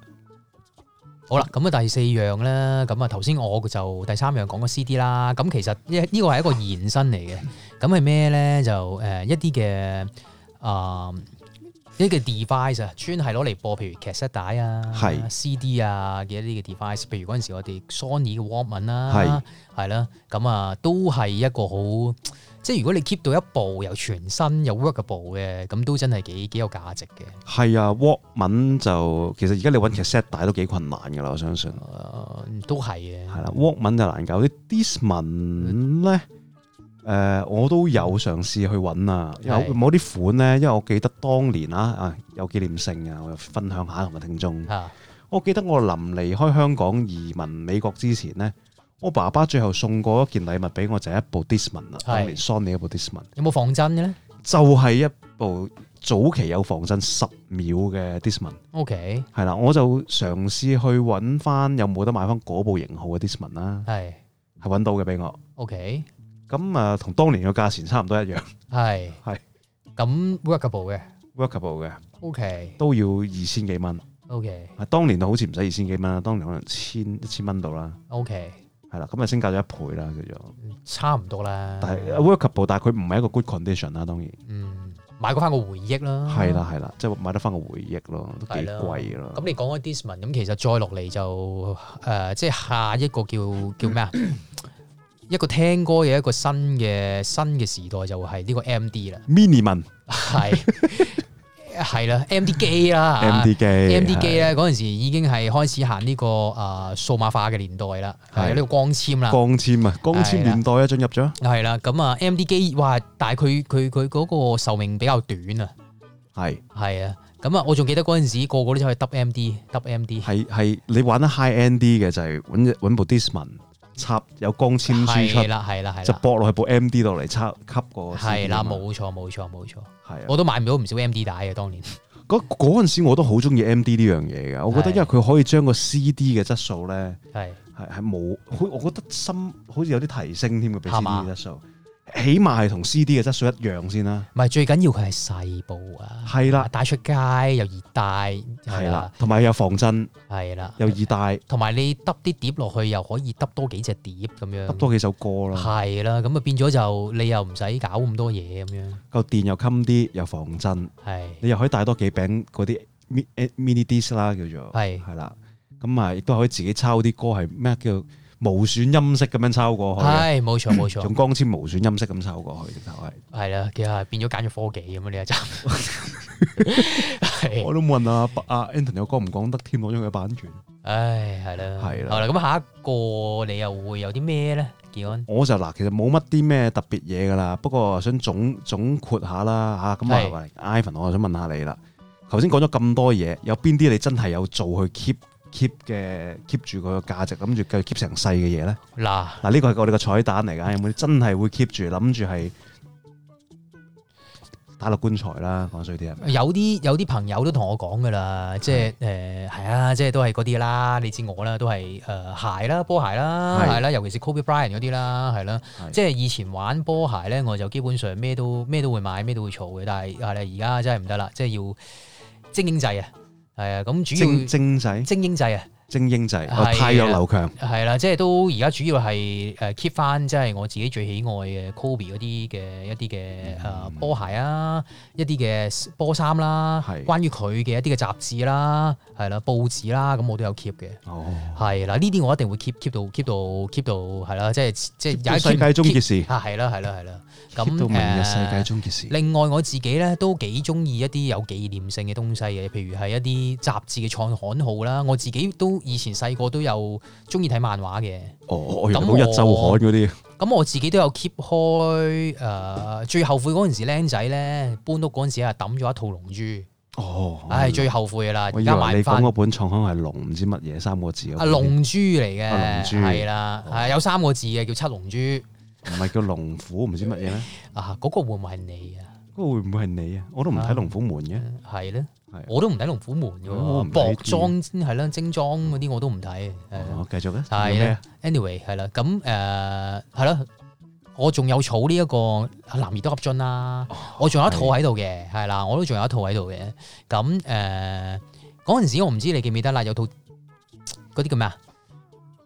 Speaker 3: 好啦，咁啊第四樣咧，咁啊頭先我就第三樣講咗 CD 啦，咁其實呢呢個係一個延伸嚟嘅，咁係咩咧？就誒、呃一啲嘅啊一個 device 啊，專係攞嚟播譬如劇 set 帶
Speaker 1: 係
Speaker 3: 啊、CD 啊嘅一啲嘅 device，譬如嗰陣時我哋 Sony 嘅 Walkman
Speaker 1: 係
Speaker 3: 啦，係啦，咁啊都係一個好。即係如果你 keep 到一部又全新又 workable 嘅，咁都真係幾幾有價值嘅。
Speaker 1: 係啊，Walkman 就其實而家你揾 cassette 帶都幾困難噶啦，我相信
Speaker 3: 誒、嗯都係嘅。
Speaker 1: 啊係啦，Walkman 就難搞啲，Discman 咧，誒、我都有嘗試去揾啊，有
Speaker 3: 係
Speaker 1: 某啲款咧，因為我記得當年啊啊有紀念性啊，我分享下同埋聽眾。
Speaker 3: 啊，
Speaker 1: 我記得我臨離開香港移民美國之前呢，我爸爸最後送過一件禮物俾我就係一部 Discman 啦，
Speaker 3: 係
Speaker 1: 當年 Sony 一部 Discman，
Speaker 3: 有冇仿真嘅咧
Speaker 1: 就係一部早期有防震十秒嘅 Discman，
Speaker 3: ？OK，
Speaker 1: 係啦，我就嘗試去揾翻有冇得買翻嗰部型號嘅 Discman 啦，
Speaker 3: 係
Speaker 1: 係揾到嘅俾我。
Speaker 3: OK，
Speaker 1: 咁啊，同當年嘅價錢差唔多一樣
Speaker 3: 係
Speaker 1: 係
Speaker 3: 咁 workable 嘅。
Speaker 1: ，workable 嘅
Speaker 3: OK
Speaker 1: 都要二千幾蚊。
Speaker 3: OK
Speaker 1: 啊，當年好似唔使二千幾蚊啦，當年可能千一千蚊到啦，
Speaker 3: OK，
Speaker 1: 係啦，咁啊升價咗一倍啦叫做。
Speaker 3: 差唔多啦。
Speaker 1: 但係 workable，但係佢唔係一個 good condition 啦，當然
Speaker 3: 嗯，買過翻個回憶啦。
Speaker 1: 係啦係啦，即係買得翻個回憶咯，都幾
Speaker 3: 係啦
Speaker 1: 貴咯。
Speaker 3: 哦咁你講開 Disman，咁其實再落嚟就誒、呃即係下一個叫叫咩啊？一個聽歌嘅一個新嘅新嘅時代就係呢個 M D 啦，
Speaker 1: mini 文
Speaker 3: 係係啦，M D 機啦
Speaker 1: M D 機
Speaker 3: 啊 M D 機
Speaker 1: 係
Speaker 3: 咧嗰陣時已經係開始行呢、個誒、呃、數碼化嘅年代啦，係
Speaker 1: 係
Speaker 3: 呢個光纖啦。
Speaker 1: 光纖啊，光纖
Speaker 3: 係啦
Speaker 1: 年代啊進入咗
Speaker 3: 係啦，咁啊 M D 機，哇！但係佢佢佢嗰個壽命比較短啊，
Speaker 1: 係
Speaker 3: 係啊，咁啊，我仲記得嗰陣時個個都走去揼 M D，揼 M D，
Speaker 1: 係係你玩得 high end 啲嘅就係揾隻揾部 Discman 插有光纖輸
Speaker 3: 係
Speaker 1: 出，
Speaker 3: 啦係啦係
Speaker 1: 就
Speaker 3: 啦。
Speaker 1: 駁落去部 M D 度嚟插吸個 CD
Speaker 3: 係啦，
Speaker 1: 啊嘛
Speaker 3: 冇錯冇錯冇錯，
Speaker 1: 係啊。
Speaker 3: 我都買唔到唔少 M D 帶嘅當年，
Speaker 1: 嗰嗰陣時我都好中意 M D 呢樣嘢嘅，我覺得
Speaker 3: 係
Speaker 1: 因為佢可以將個 C D 嘅質素咧
Speaker 3: 係
Speaker 1: 係係冇，好我覺得深好似有啲提升添嘅，比 C D
Speaker 3: 係嘛
Speaker 1: 嘅質素，起碼係同 C D 嘅質素一樣先啦。
Speaker 3: 唔係最緊要佢係細部啊，
Speaker 1: 係啦，
Speaker 3: 帶出街又易帶，
Speaker 1: 係
Speaker 3: 係
Speaker 1: 啦
Speaker 3: 啦，
Speaker 1: 同埋有防震，
Speaker 3: 係啦，
Speaker 1: 有易帶，
Speaker 3: 同埋你揼啲碟落去又可以揼多幾隻碟咁
Speaker 1: 揼
Speaker 3: 樣，
Speaker 1: 多幾首歌啦，
Speaker 3: 嗯係啦，咁啊變咗就你又唔使搞咁多嘢咁樣，
Speaker 1: 夠電又襟啲，又防震，
Speaker 3: 係
Speaker 1: 你又可以帶多幾餅嗰啲 mi- mini disc 啦，叫做
Speaker 3: 係
Speaker 1: 係啦，咁啊亦都可以自己抄啲歌係咩叫無損音色咁樣抄過去嘅，
Speaker 3: 係冇錯冇錯
Speaker 1: 用，光纖無損音色咁抄過去，直頭係。
Speaker 3: 係啦，其實係變咗揀咗科技咁樣啊呢一集，係
Speaker 1: 我都問啊，阿 Anthony 講唔講得添，攞咗佢版權。
Speaker 3: 唉係啦，
Speaker 1: 係啦
Speaker 3: 好啦，咁下一個你又會有啲咩咧？健安
Speaker 1: 我就嗱，其實冇乜啲咩特別嘢噶啦，不過想總總括下啦嚇。咁
Speaker 3: 係
Speaker 1: 啊喂，Ivan，我就想問下你啦。頭先講咗咁多嘢，有邊啲你真係有做去 keep keep 嘅 keep 住佢個價值，諗住繼續 keep 成世嘅嘢咧？
Speaker 3: 嗱。
Speaker 1: 嗱，呢個係我哋個彩蛋嚟㗎，有冇啲真係會 keep 住諗住係打落棺材啦？講衰啲係咪？
Speaker 3: 有啲有啲朋友都同我講噶啦，即係誒係啊，即係都係嗰啲啦，你知我啦，都係誒、呃鞋啦、波鞋啦，
Speaker 1: 係
Speaker 3: 係啦，尤其是 Kobe Bryant 嗰啲啦，係啦
Speaker 1: 係，
Speaker 3: 即係以前玩波鞋咧，我就基本上咩都咩都會買，咩都會儲嘅，但係係啦，而家真係唔得啦，即係要精英制啊，係啊，咁主
Speaker 1: 精
Speaker 3: 要
Speaker 1: 精仔、
Speaker 3: 精英制啊。
Speaker 1: 精英仔，
Speaker 3: 係啊
Speaker 1: 哦太弱流強，
Speaker 3: 係啦，即係都而家主要係誒 keep 翻，即係我自己最喜愛嘅 Kobe 嗰啲嘅一啲嘅
Speaker 1: 嗯
Speaker 3: 誒波鞋啊，一啲嘅波衫啦
Speaker 1: 係，
Speaker 3: 關於佢嘅一啲嘅雜誌啦，係啦，報紙啦，咁我都有 keep 嘅。
Speaker 1: 哦，
Speaker 3: 係啦，呢啲我一定會 keep keep 到 keep 到 keep 到係啦，即係即係有一
Speaker 1: 世界終結時
Speaker 3: keep- 啊，係啦係啦係啦，
Speaker 1: ，keep
Speaker 3: 咁呃
Speaker 1: 到明日世界
Speaker 3: 誒
Speaker 1: 終結時。
Speaker 3: 另外我自己咧都幾中意一啲有紀念性嘅東西嘅，譬如係一啲雜誌嘅創刊號啦。我自己都以前細個都有中意睇漫畫嘅，
Speaker 1: 哦，我原來
Speaker 3: 咁
Speaker 1: 好一周
Speaker 3: 我
Speaker 1: 刊嗰啲。
Speaker 3: 咁我自己都有 keep 開誒、呃最後悔嗰陣時，僆仔咧搬屋嗰陣時啊，抌咗一套龍珠，
Speaker 1: 哦，
Speaker 3: 唉，最後悔噶啦，
Speaker 1: 我
Speaker 3: 而
Speaker 1: 以
Speaker 3: 家
Speaker 1: 為
Speaker 3: 買
Speaker 1: 你
Speaker 3: 唔
Speaker 1: 講
Speaker 3: 翻
Speaker 1: 嗰本創刊係龍唔知乜嘢三個字嗰本
Speaker 3: 啊龍珠嚟
Speaker 1: 啊龍
Speaker 3: 嘅，
Speaker 1: 珠
Speaker 3: 係啦，啊
Speaker 1: 哦
Speaker 3: 係有三個字嘅叫七龍珠
Speaker 1: 唔係叫龍虎唔知乜嘢咧？
Speaker 3: 啊，嗰、個會唔會係你啊？
Speaker 1: 嗰個會唔會係你啊？我都唔睇
Speaker 3: 啊
Speaker 1: 龍虎門嘅，
Speaker 3: 係咧
Speaker 1: 係，啊哦
Speaker 3: 我都唔睇龍虎門嘅
Speaker 1: 我唔
Speaker 3: 喎，
Speaker 1: 睇
Speaker 3: 薄裝係啦，精裝嗰啲我都唔睇。係啦
Speaker 1: 我繼續啊，仲有
Speaker 3: 係
Speaker 1: 咩
Speaker 3: 啦
Speaker 1: 啊
Speaker 3: ，anyway 係啦，咁誒係啦，我仲有儲呢一個啊男兒當入樽啦，
Speaker 1: 哦
Speaker 3: 我仲有一套喺度嘅，係啦，我都仲有一套喺度嘅。咁誒嗰陣時我唔知你記唔記得啦，有套嗰啲叫咩啊？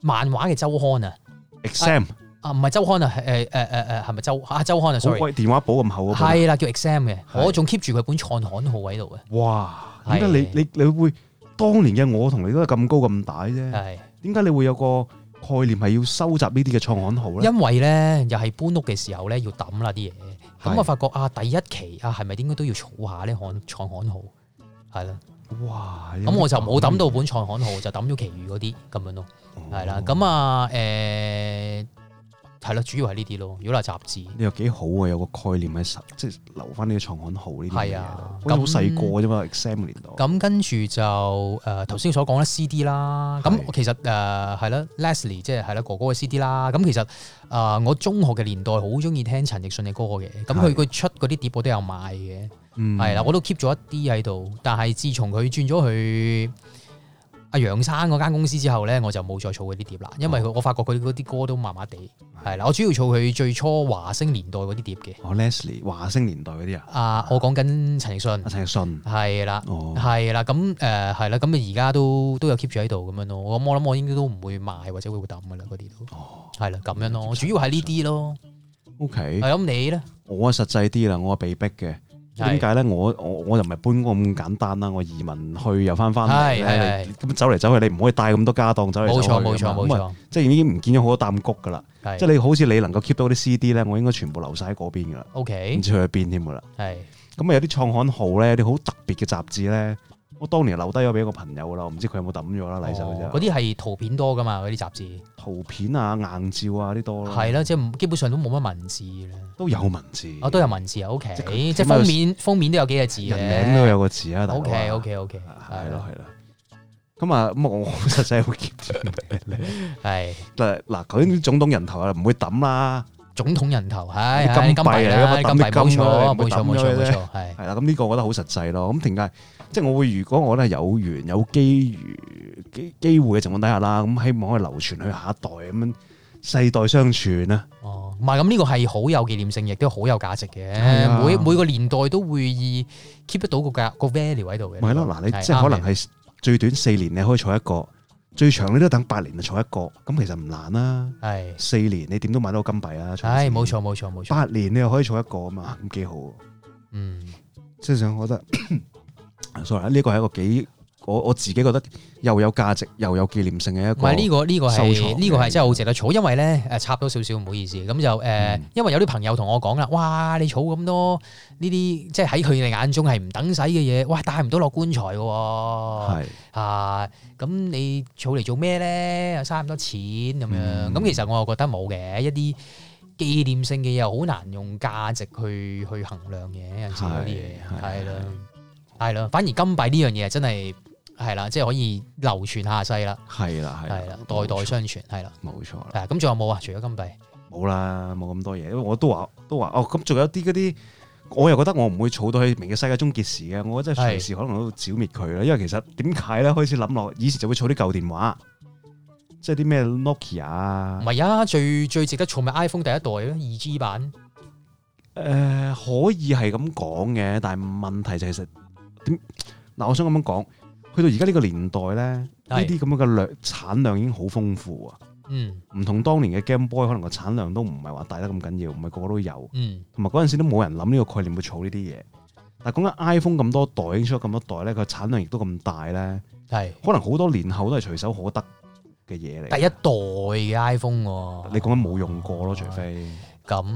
Speaker 3: 漫畫嘅周刊啊，
Speaker 1: ，exam
Speaker 3: 啊唔係周刊啊，誒誒誒誒係咪周啊周刊啊
Speaker 1: 好
Speaker 3: ？sorry，
Speaker 1: 鬼電話簿咁厚嗰本啊
Speaker 3: 係啦，叫 exam 嘅，
Speaker 1: 係
Speaker 3: 我仲 keep 住佢本創刊號喺度嘅，
Speaker 1: 哇！點解
Speaker 3: 係
Speaker 1: 你你你會當年嘅我同你都係咁高咁大啫？
Speaker 3: 係。
Speaker 1: 點解你會有個概念係要收集呢啲嘅創刊號咧？
Speaker 3: 因為咧，又係搬屋嘅時候咧，要抌啦啲嘢。咁
Speaker 1: 係
Speaker 3: 我發覺啊，第一期啊，係咪應該都要儲下咧？刊創刊號係啦。
Speaker 1: 哇！
Speaker 3: 咁我就冇抌到本
Speaker 1: 哦
Speaker 3: 啊創刊號，就抌咗其餘嗰啲咁樣咯。係啦。咁啊，誒係啦，主要係呢啲咯。如果係雜誌，
Speaker 1: 你又幾好啊！有個概念喺手，即係留翻呢啲創刊號呢啲嘢
Speaker 3: 係
Speaker 1: 咯
Speaker 3: 啊，
Speaker 1: 好似好細
Speaker 3: 咁
Speaker 1: 個啫嘛，exam 年代。
Speaker 3: 咁跟住就誒頭先所講啦 CD 啦，咁
Speaker 1: 係
Speaker 3: 其實誒係啦 Leslie 即係係啦哥哥嘅 CD 啦，咁其實誒、呃我中學嘅年代好中意聽陳奕迅嘅歌嘅，咁
Speaker 1: 係
Speaker 3: 佢佢出嗰啲碟我都有買嘅，
Speaker 1: 嗯
Speaker 3: 係啦、我都 keep 咗一啲喺度，但係自從佢轉咗去阿楊生嗰間公司之後咧，我就冇再儲佢啲碟啦，因為
Speaker 1: 哦
Speaker 3: 佢我發覺佢嗰啲歌都麻麻地，係啦，我主要儲佢最初華星年代嗰啲碟嘅，
Speaker 1: 哦，Leslie 華星年代嗰啲啊，
Speaker 3: 啊、我講緊陳奕迅
Speaker 1: 阿，陳奕迅，
Speaker 3: 係啦。
Speaker 1: 哦，
Speaker 3: 係啦，咁誒呃係啦，咁啊而家都都有 keep 住喺度咁樣咯。我諗我諗我應該都唔會賣或者會抌噶啦，嗰啲都
Speaker 1: 哦嗯
Speaker 3: 係啦咁樣咯。主要係呢啲咯。
Speaker 1: ，OK，
Speaker 3: 係咁你咧？
Speaker 1: 我啊實際啲啦，我係被逼嘅。點
Speaker 3: 係
Speaker 1: 解咧？我我我就唔係搬屋咁簡單啦，我移民去又翻翻嚟
Speaker 3: 係
Speaker 1: 咧
Speaker 3: 係係
Speaker 1: 咁走嚟走去，你唔可以帶咁多家當走嚟走
Speaker 3: 冇
Speaker 1: 去
Speaker 3: 錯
Speaker 1: 㗎嘛
Speaker 3: 冇錯冇，
Speaker 1: 咁啊
Speaker 3: 錯，
Speaker 1: 即係已經唔見咗好多擔谷噶啦。
Speaker 3: 係
Speaker 1: 即係你好似你能夠 keep 到啲 CD 咧，我應該全部留晒喺嗰邊噶啦，唔
Speaker 3: OK
Speaker 1: 知去咗邊添噶啦。
Speaker 3: 係
Speaker 1: 咁啊有啲創刊號咧，有啲好特別嘅雜誌咧，我當年留低咗俾一個朋友啦，我唔知佢有冇抌咗啦，禮手
Speaker 3: 哦
Speaker 1: 啫。
Speaker 3: 嗰啲係圖片多噶嘛，嗰啲雜誌
Speaker 1: 圖片啊、硬照啊啲多啦，
Speaker 3: 係啦，即係基本上都冇乜文字啦。
Speaker 1: 都有文字，
Speaker 3: 我都有文字啊，OK，
Speaker 1: 即係
Speaker 3: 即
Speaker 1: 佢
Speaker 3: 係封面封面都有幾隻字嘅。
Speaker 1: 人名都有個字啊，大佬啊
Speaker 3: OK OK OK，
Speaker 1: 係咯係咯。咁啊，咁我我實際會 keep 住嘅咧
Speaker 3: 係
Speaker 1: 但係嗱，嗰啲總統人頭啊，唔會抌啦，
Speaker 3: 總統人頭係
Speaker 1: 啲金
Speaker 3: 係金
Speaker 1: 幣
Speaker 3: 幣
Speaker 1: 嚟㗎嘛
Speaker 3: 啦，
Speaker 1: 抌
Speaker 3: 金幣
Speaker 1: 啲
Speaker 3: 冇
Speaker 1: 金啦
Speaker 3: 錯
Speaker 1: 你唔
Speaker 3: 冇
Speaker 1: 會
Speaker 3: 錯冇
Speaker 1: 抌咗佢
Speaker 3: 錯冇
Speaker 1: 啫
Speaker 3: 錯係
Speaker 1: 係啦。咁呢個我覺得好實際咯。咁點解？即係我會，如果我覺得係有緣有機遇機機會嘅情況底下啦，咁希望可以流傳去下一代咁樣世代相傳啊。
Speaker 3: 哦，唔係咁呢個係好有紀念性，亦都好有價值嘅。
Speaker 1: 係啊
Speaker 3: 每每個年代都會以 keep 得到個價個 value 喺度嘅。
Speaker 1: 咪係咯，嗱，你即係可能係最短四年你可以坐一個，最長你都等八年就坐一個，咁其實唔難啦。
Speaker 3: 係
Speaker 1: 四年你點都買到金幣啊！長線
Speaker 3: 係冇錯冇錯冇錯，
Speaker 1: 八年你又可以坐一個啊嘛，咁幾好喎。
Speaker 3: 嗯
Speaker 1: 即係想覺得，sorry，呢個係啊一個幾我我自己覺得又有價值又有紀念性嘅一
Speaker 3: 唔
Speaker 1: 個。
Speaker 3: 係呢個呢個
Speaker 1: 收藏
Speaker 3: 係
Speaker 1: 嘅
Speaker 3: 呢個係真係好值得儲，因為咧誒插多少少唔好意思，咁就誒
Speaker 1: 嗯，
Speaker 3: 因為有啲朋友同我講啦，哇你儲咁多呢啲，即係喺佢哋眼中係唔等使嘅嘢，哇帶唔到落棺材嘅喎。
Speaker 1: 係
Speaker 3: 啊，咁你儲嚟做咩咧？又嘥咁多錢咁樣，
Speaker 1: 嗯
Speaker 3: 咁、其實我又覺得冇嘅，一啲紀念性嘅嘢又好難用價值去去衡量嘅，有陣時嗰啲
Speaker 1: 係
Speaker 3: 嘢
Speaker 1: 係
Speaker 3: 係啦，係啦，反而金幣呢樣嘢真係係啦，即係可以流傳下世啦，
Speaker 1: 係啊啦
Speaker 3: 係啦，代代相傳係啦。
Speaker 1: 冇錯啦，
Speaker 3: 係咁仲有冇啊？除咗金幣，
Speaker 1: 冇啦，冇咁多嘢。因為我都話都話哦，咁仲有啲嗰啲。我又覺得我唔會儲到去明嘅世界終結時嘅，我真係隨
Speaker 3: 係
Speaker 1: 時可能都剿滅佢啦。因為其實點解咧？開始諗落，以前就會儲啲舊電話，即係啲咩 Nokia
Speaker 3: 唔
Speaker 1: 啊，
Speaker 3: 係啊，最最值得儲咪 iPhone 第一代咯，二 G 版
Speaker 1: 誒、可以係咁講嘅，但係問題就係其實點嗱，我想咁樣講，去到而家呢個年代咧，呢
Speaker 3: 係
Speaker 1: 啲咁樣嘅量產量已經好豐富啊，
Speaker 3: 嗯
Speaker 1: 唔同當年嘅 Game Boy 可能個產量都唔係話大得咁緊要，唔係個個都有，
Speaker 3: 嗯，
Speaker 1: 同埋嗰陣時都冇人諗呢個概念會儲呢啲嘢。但係講緊 iPhone 咁多代，已經出咗咁多代咧，佢產量亦都咁大咧，
Speaker 3: 係
Speaker 1: 可能好多年後都係隨手可得嘅嘢嚟。
Speaker 3: 第一代嘅 iPhone 喎、
Speaker 1: 啊你講緊冇用過咯，除非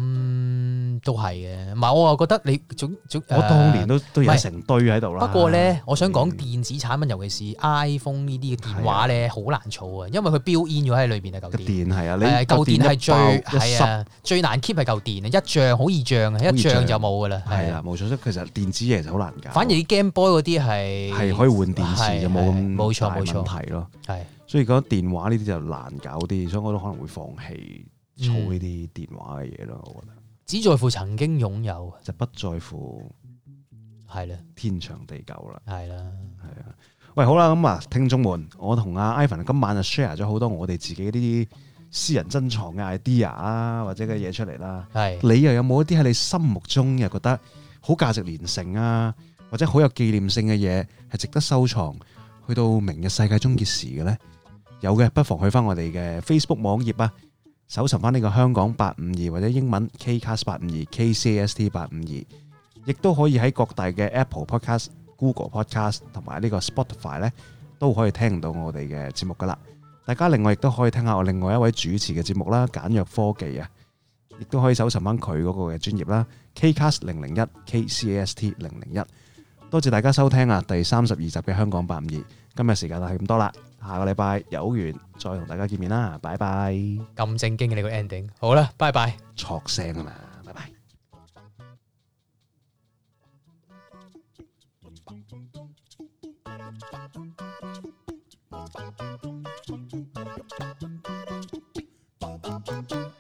Speaker 3: 咁都係嘅，唔係我又覺得你總總
Speaker 1: 我當年
Speaker 3: 都。
Speaker 1: 都都有
Speaker 3: 喂
Speaker 1: 成堆喺度啦。
Speaker 3: 不過咧，我想講
Speaker 1: 嗯啊
Speaker 3: 電子產品，尤其是 iPhone 呢啲嘅電話咧，好難儲啊，因為佢 built in 咗喺裏邊啊，嚿
Speaker 1: 個
Speaker 3: 電。
Speaker 1: 電係啊，你
Speaker 3: 誒，嚿電
Speaker 1: 個
Speaker 3: 係最
Speaker 1: 一爆一
Speaker 3: 係
Speaker 1: 濕
Speaker 3: 啊，最難 keep 係嚿電啊，一漲好易漲啊，
Speaker 1: 易
Speaker 3: 一
Speaker 1: 漲
Speaker 3: 漲就冇噶啦。
Speaker 1: 係
Speaker 3: 係
Speaker 1: 啦
Speaker 3: 啊，，
Speaker 1: 冇錯，所以其實電子嘢就好難搞。
Speaker 3: 反而
Speaker 1: 係
Speaker 3: 啲 Game Boy 嗰啲係
Speaker 1: 可以換電
Speaker 3: 係
Speaker 1: 視就冇咁
Speaker 3: 係冇錯
Speaker 1: 大
Speaker 3: 冇錯
Speaker 1: 問題咯。
Speaker 3: 係
Speaker 1: 所以講電話呢啲就難搞啲，所以我都可能會放棄儲呢啲電話嘅嘢咯。我覺得
Speaker 3: 只在乎曾經擁有，
Speaker 1: 就不在乎
Speaker 3: 係啦，
Speaker 1: 天長地久啦。
Speaker 3: 係啦，
Speaker 1: 喂，好啦，咁啊，聽眾們，我同阿 Ivan 今晚就啊 share 咗好多我哋自己啲私人珍藏嘅 idea 啊，或者嘅嘢出嚟啦。
Speaker 3: 係
Speaker 1: 你又有冇一啲喺你心目中又覺得好價值連城啊，或者好有紀念性嘅嘢係值得收藏，去到明日世界終結時嘅呢？有嘅，不妨去翻我哋嘅 Facebook 網頁啊，搜尋翻呢個香港八五二或者英文 KCast 八五二 KCAST 八五二，亦都可以喺各大嘅 Apple Podcast、Google Podcast 同埋呢個 Spotify 呢，都可以聽到我哋嘅節目噶啦。大家另外亦都可以聽下我另外一位主持嘅節目啦，簡約科技啊。亦都可以搜尋翻佢嗰個嘅專業啦，Kcast 零零一 KCAST 零零一。多謝大家收聽啊，第三十二集嘅香港八五二，今日時間就係咁多啦，下個禮拜有緣再同大家見面啦，拜拜！
Speaker 3: 咁正經嘅你個 ending，好啦，拜拜。
Speaker 1: 錯聲啊嘛，拜拜。
Speaker 2: Hãy subscribe cho kênh Ghiền Mì Gõ Để không bỏ lỡ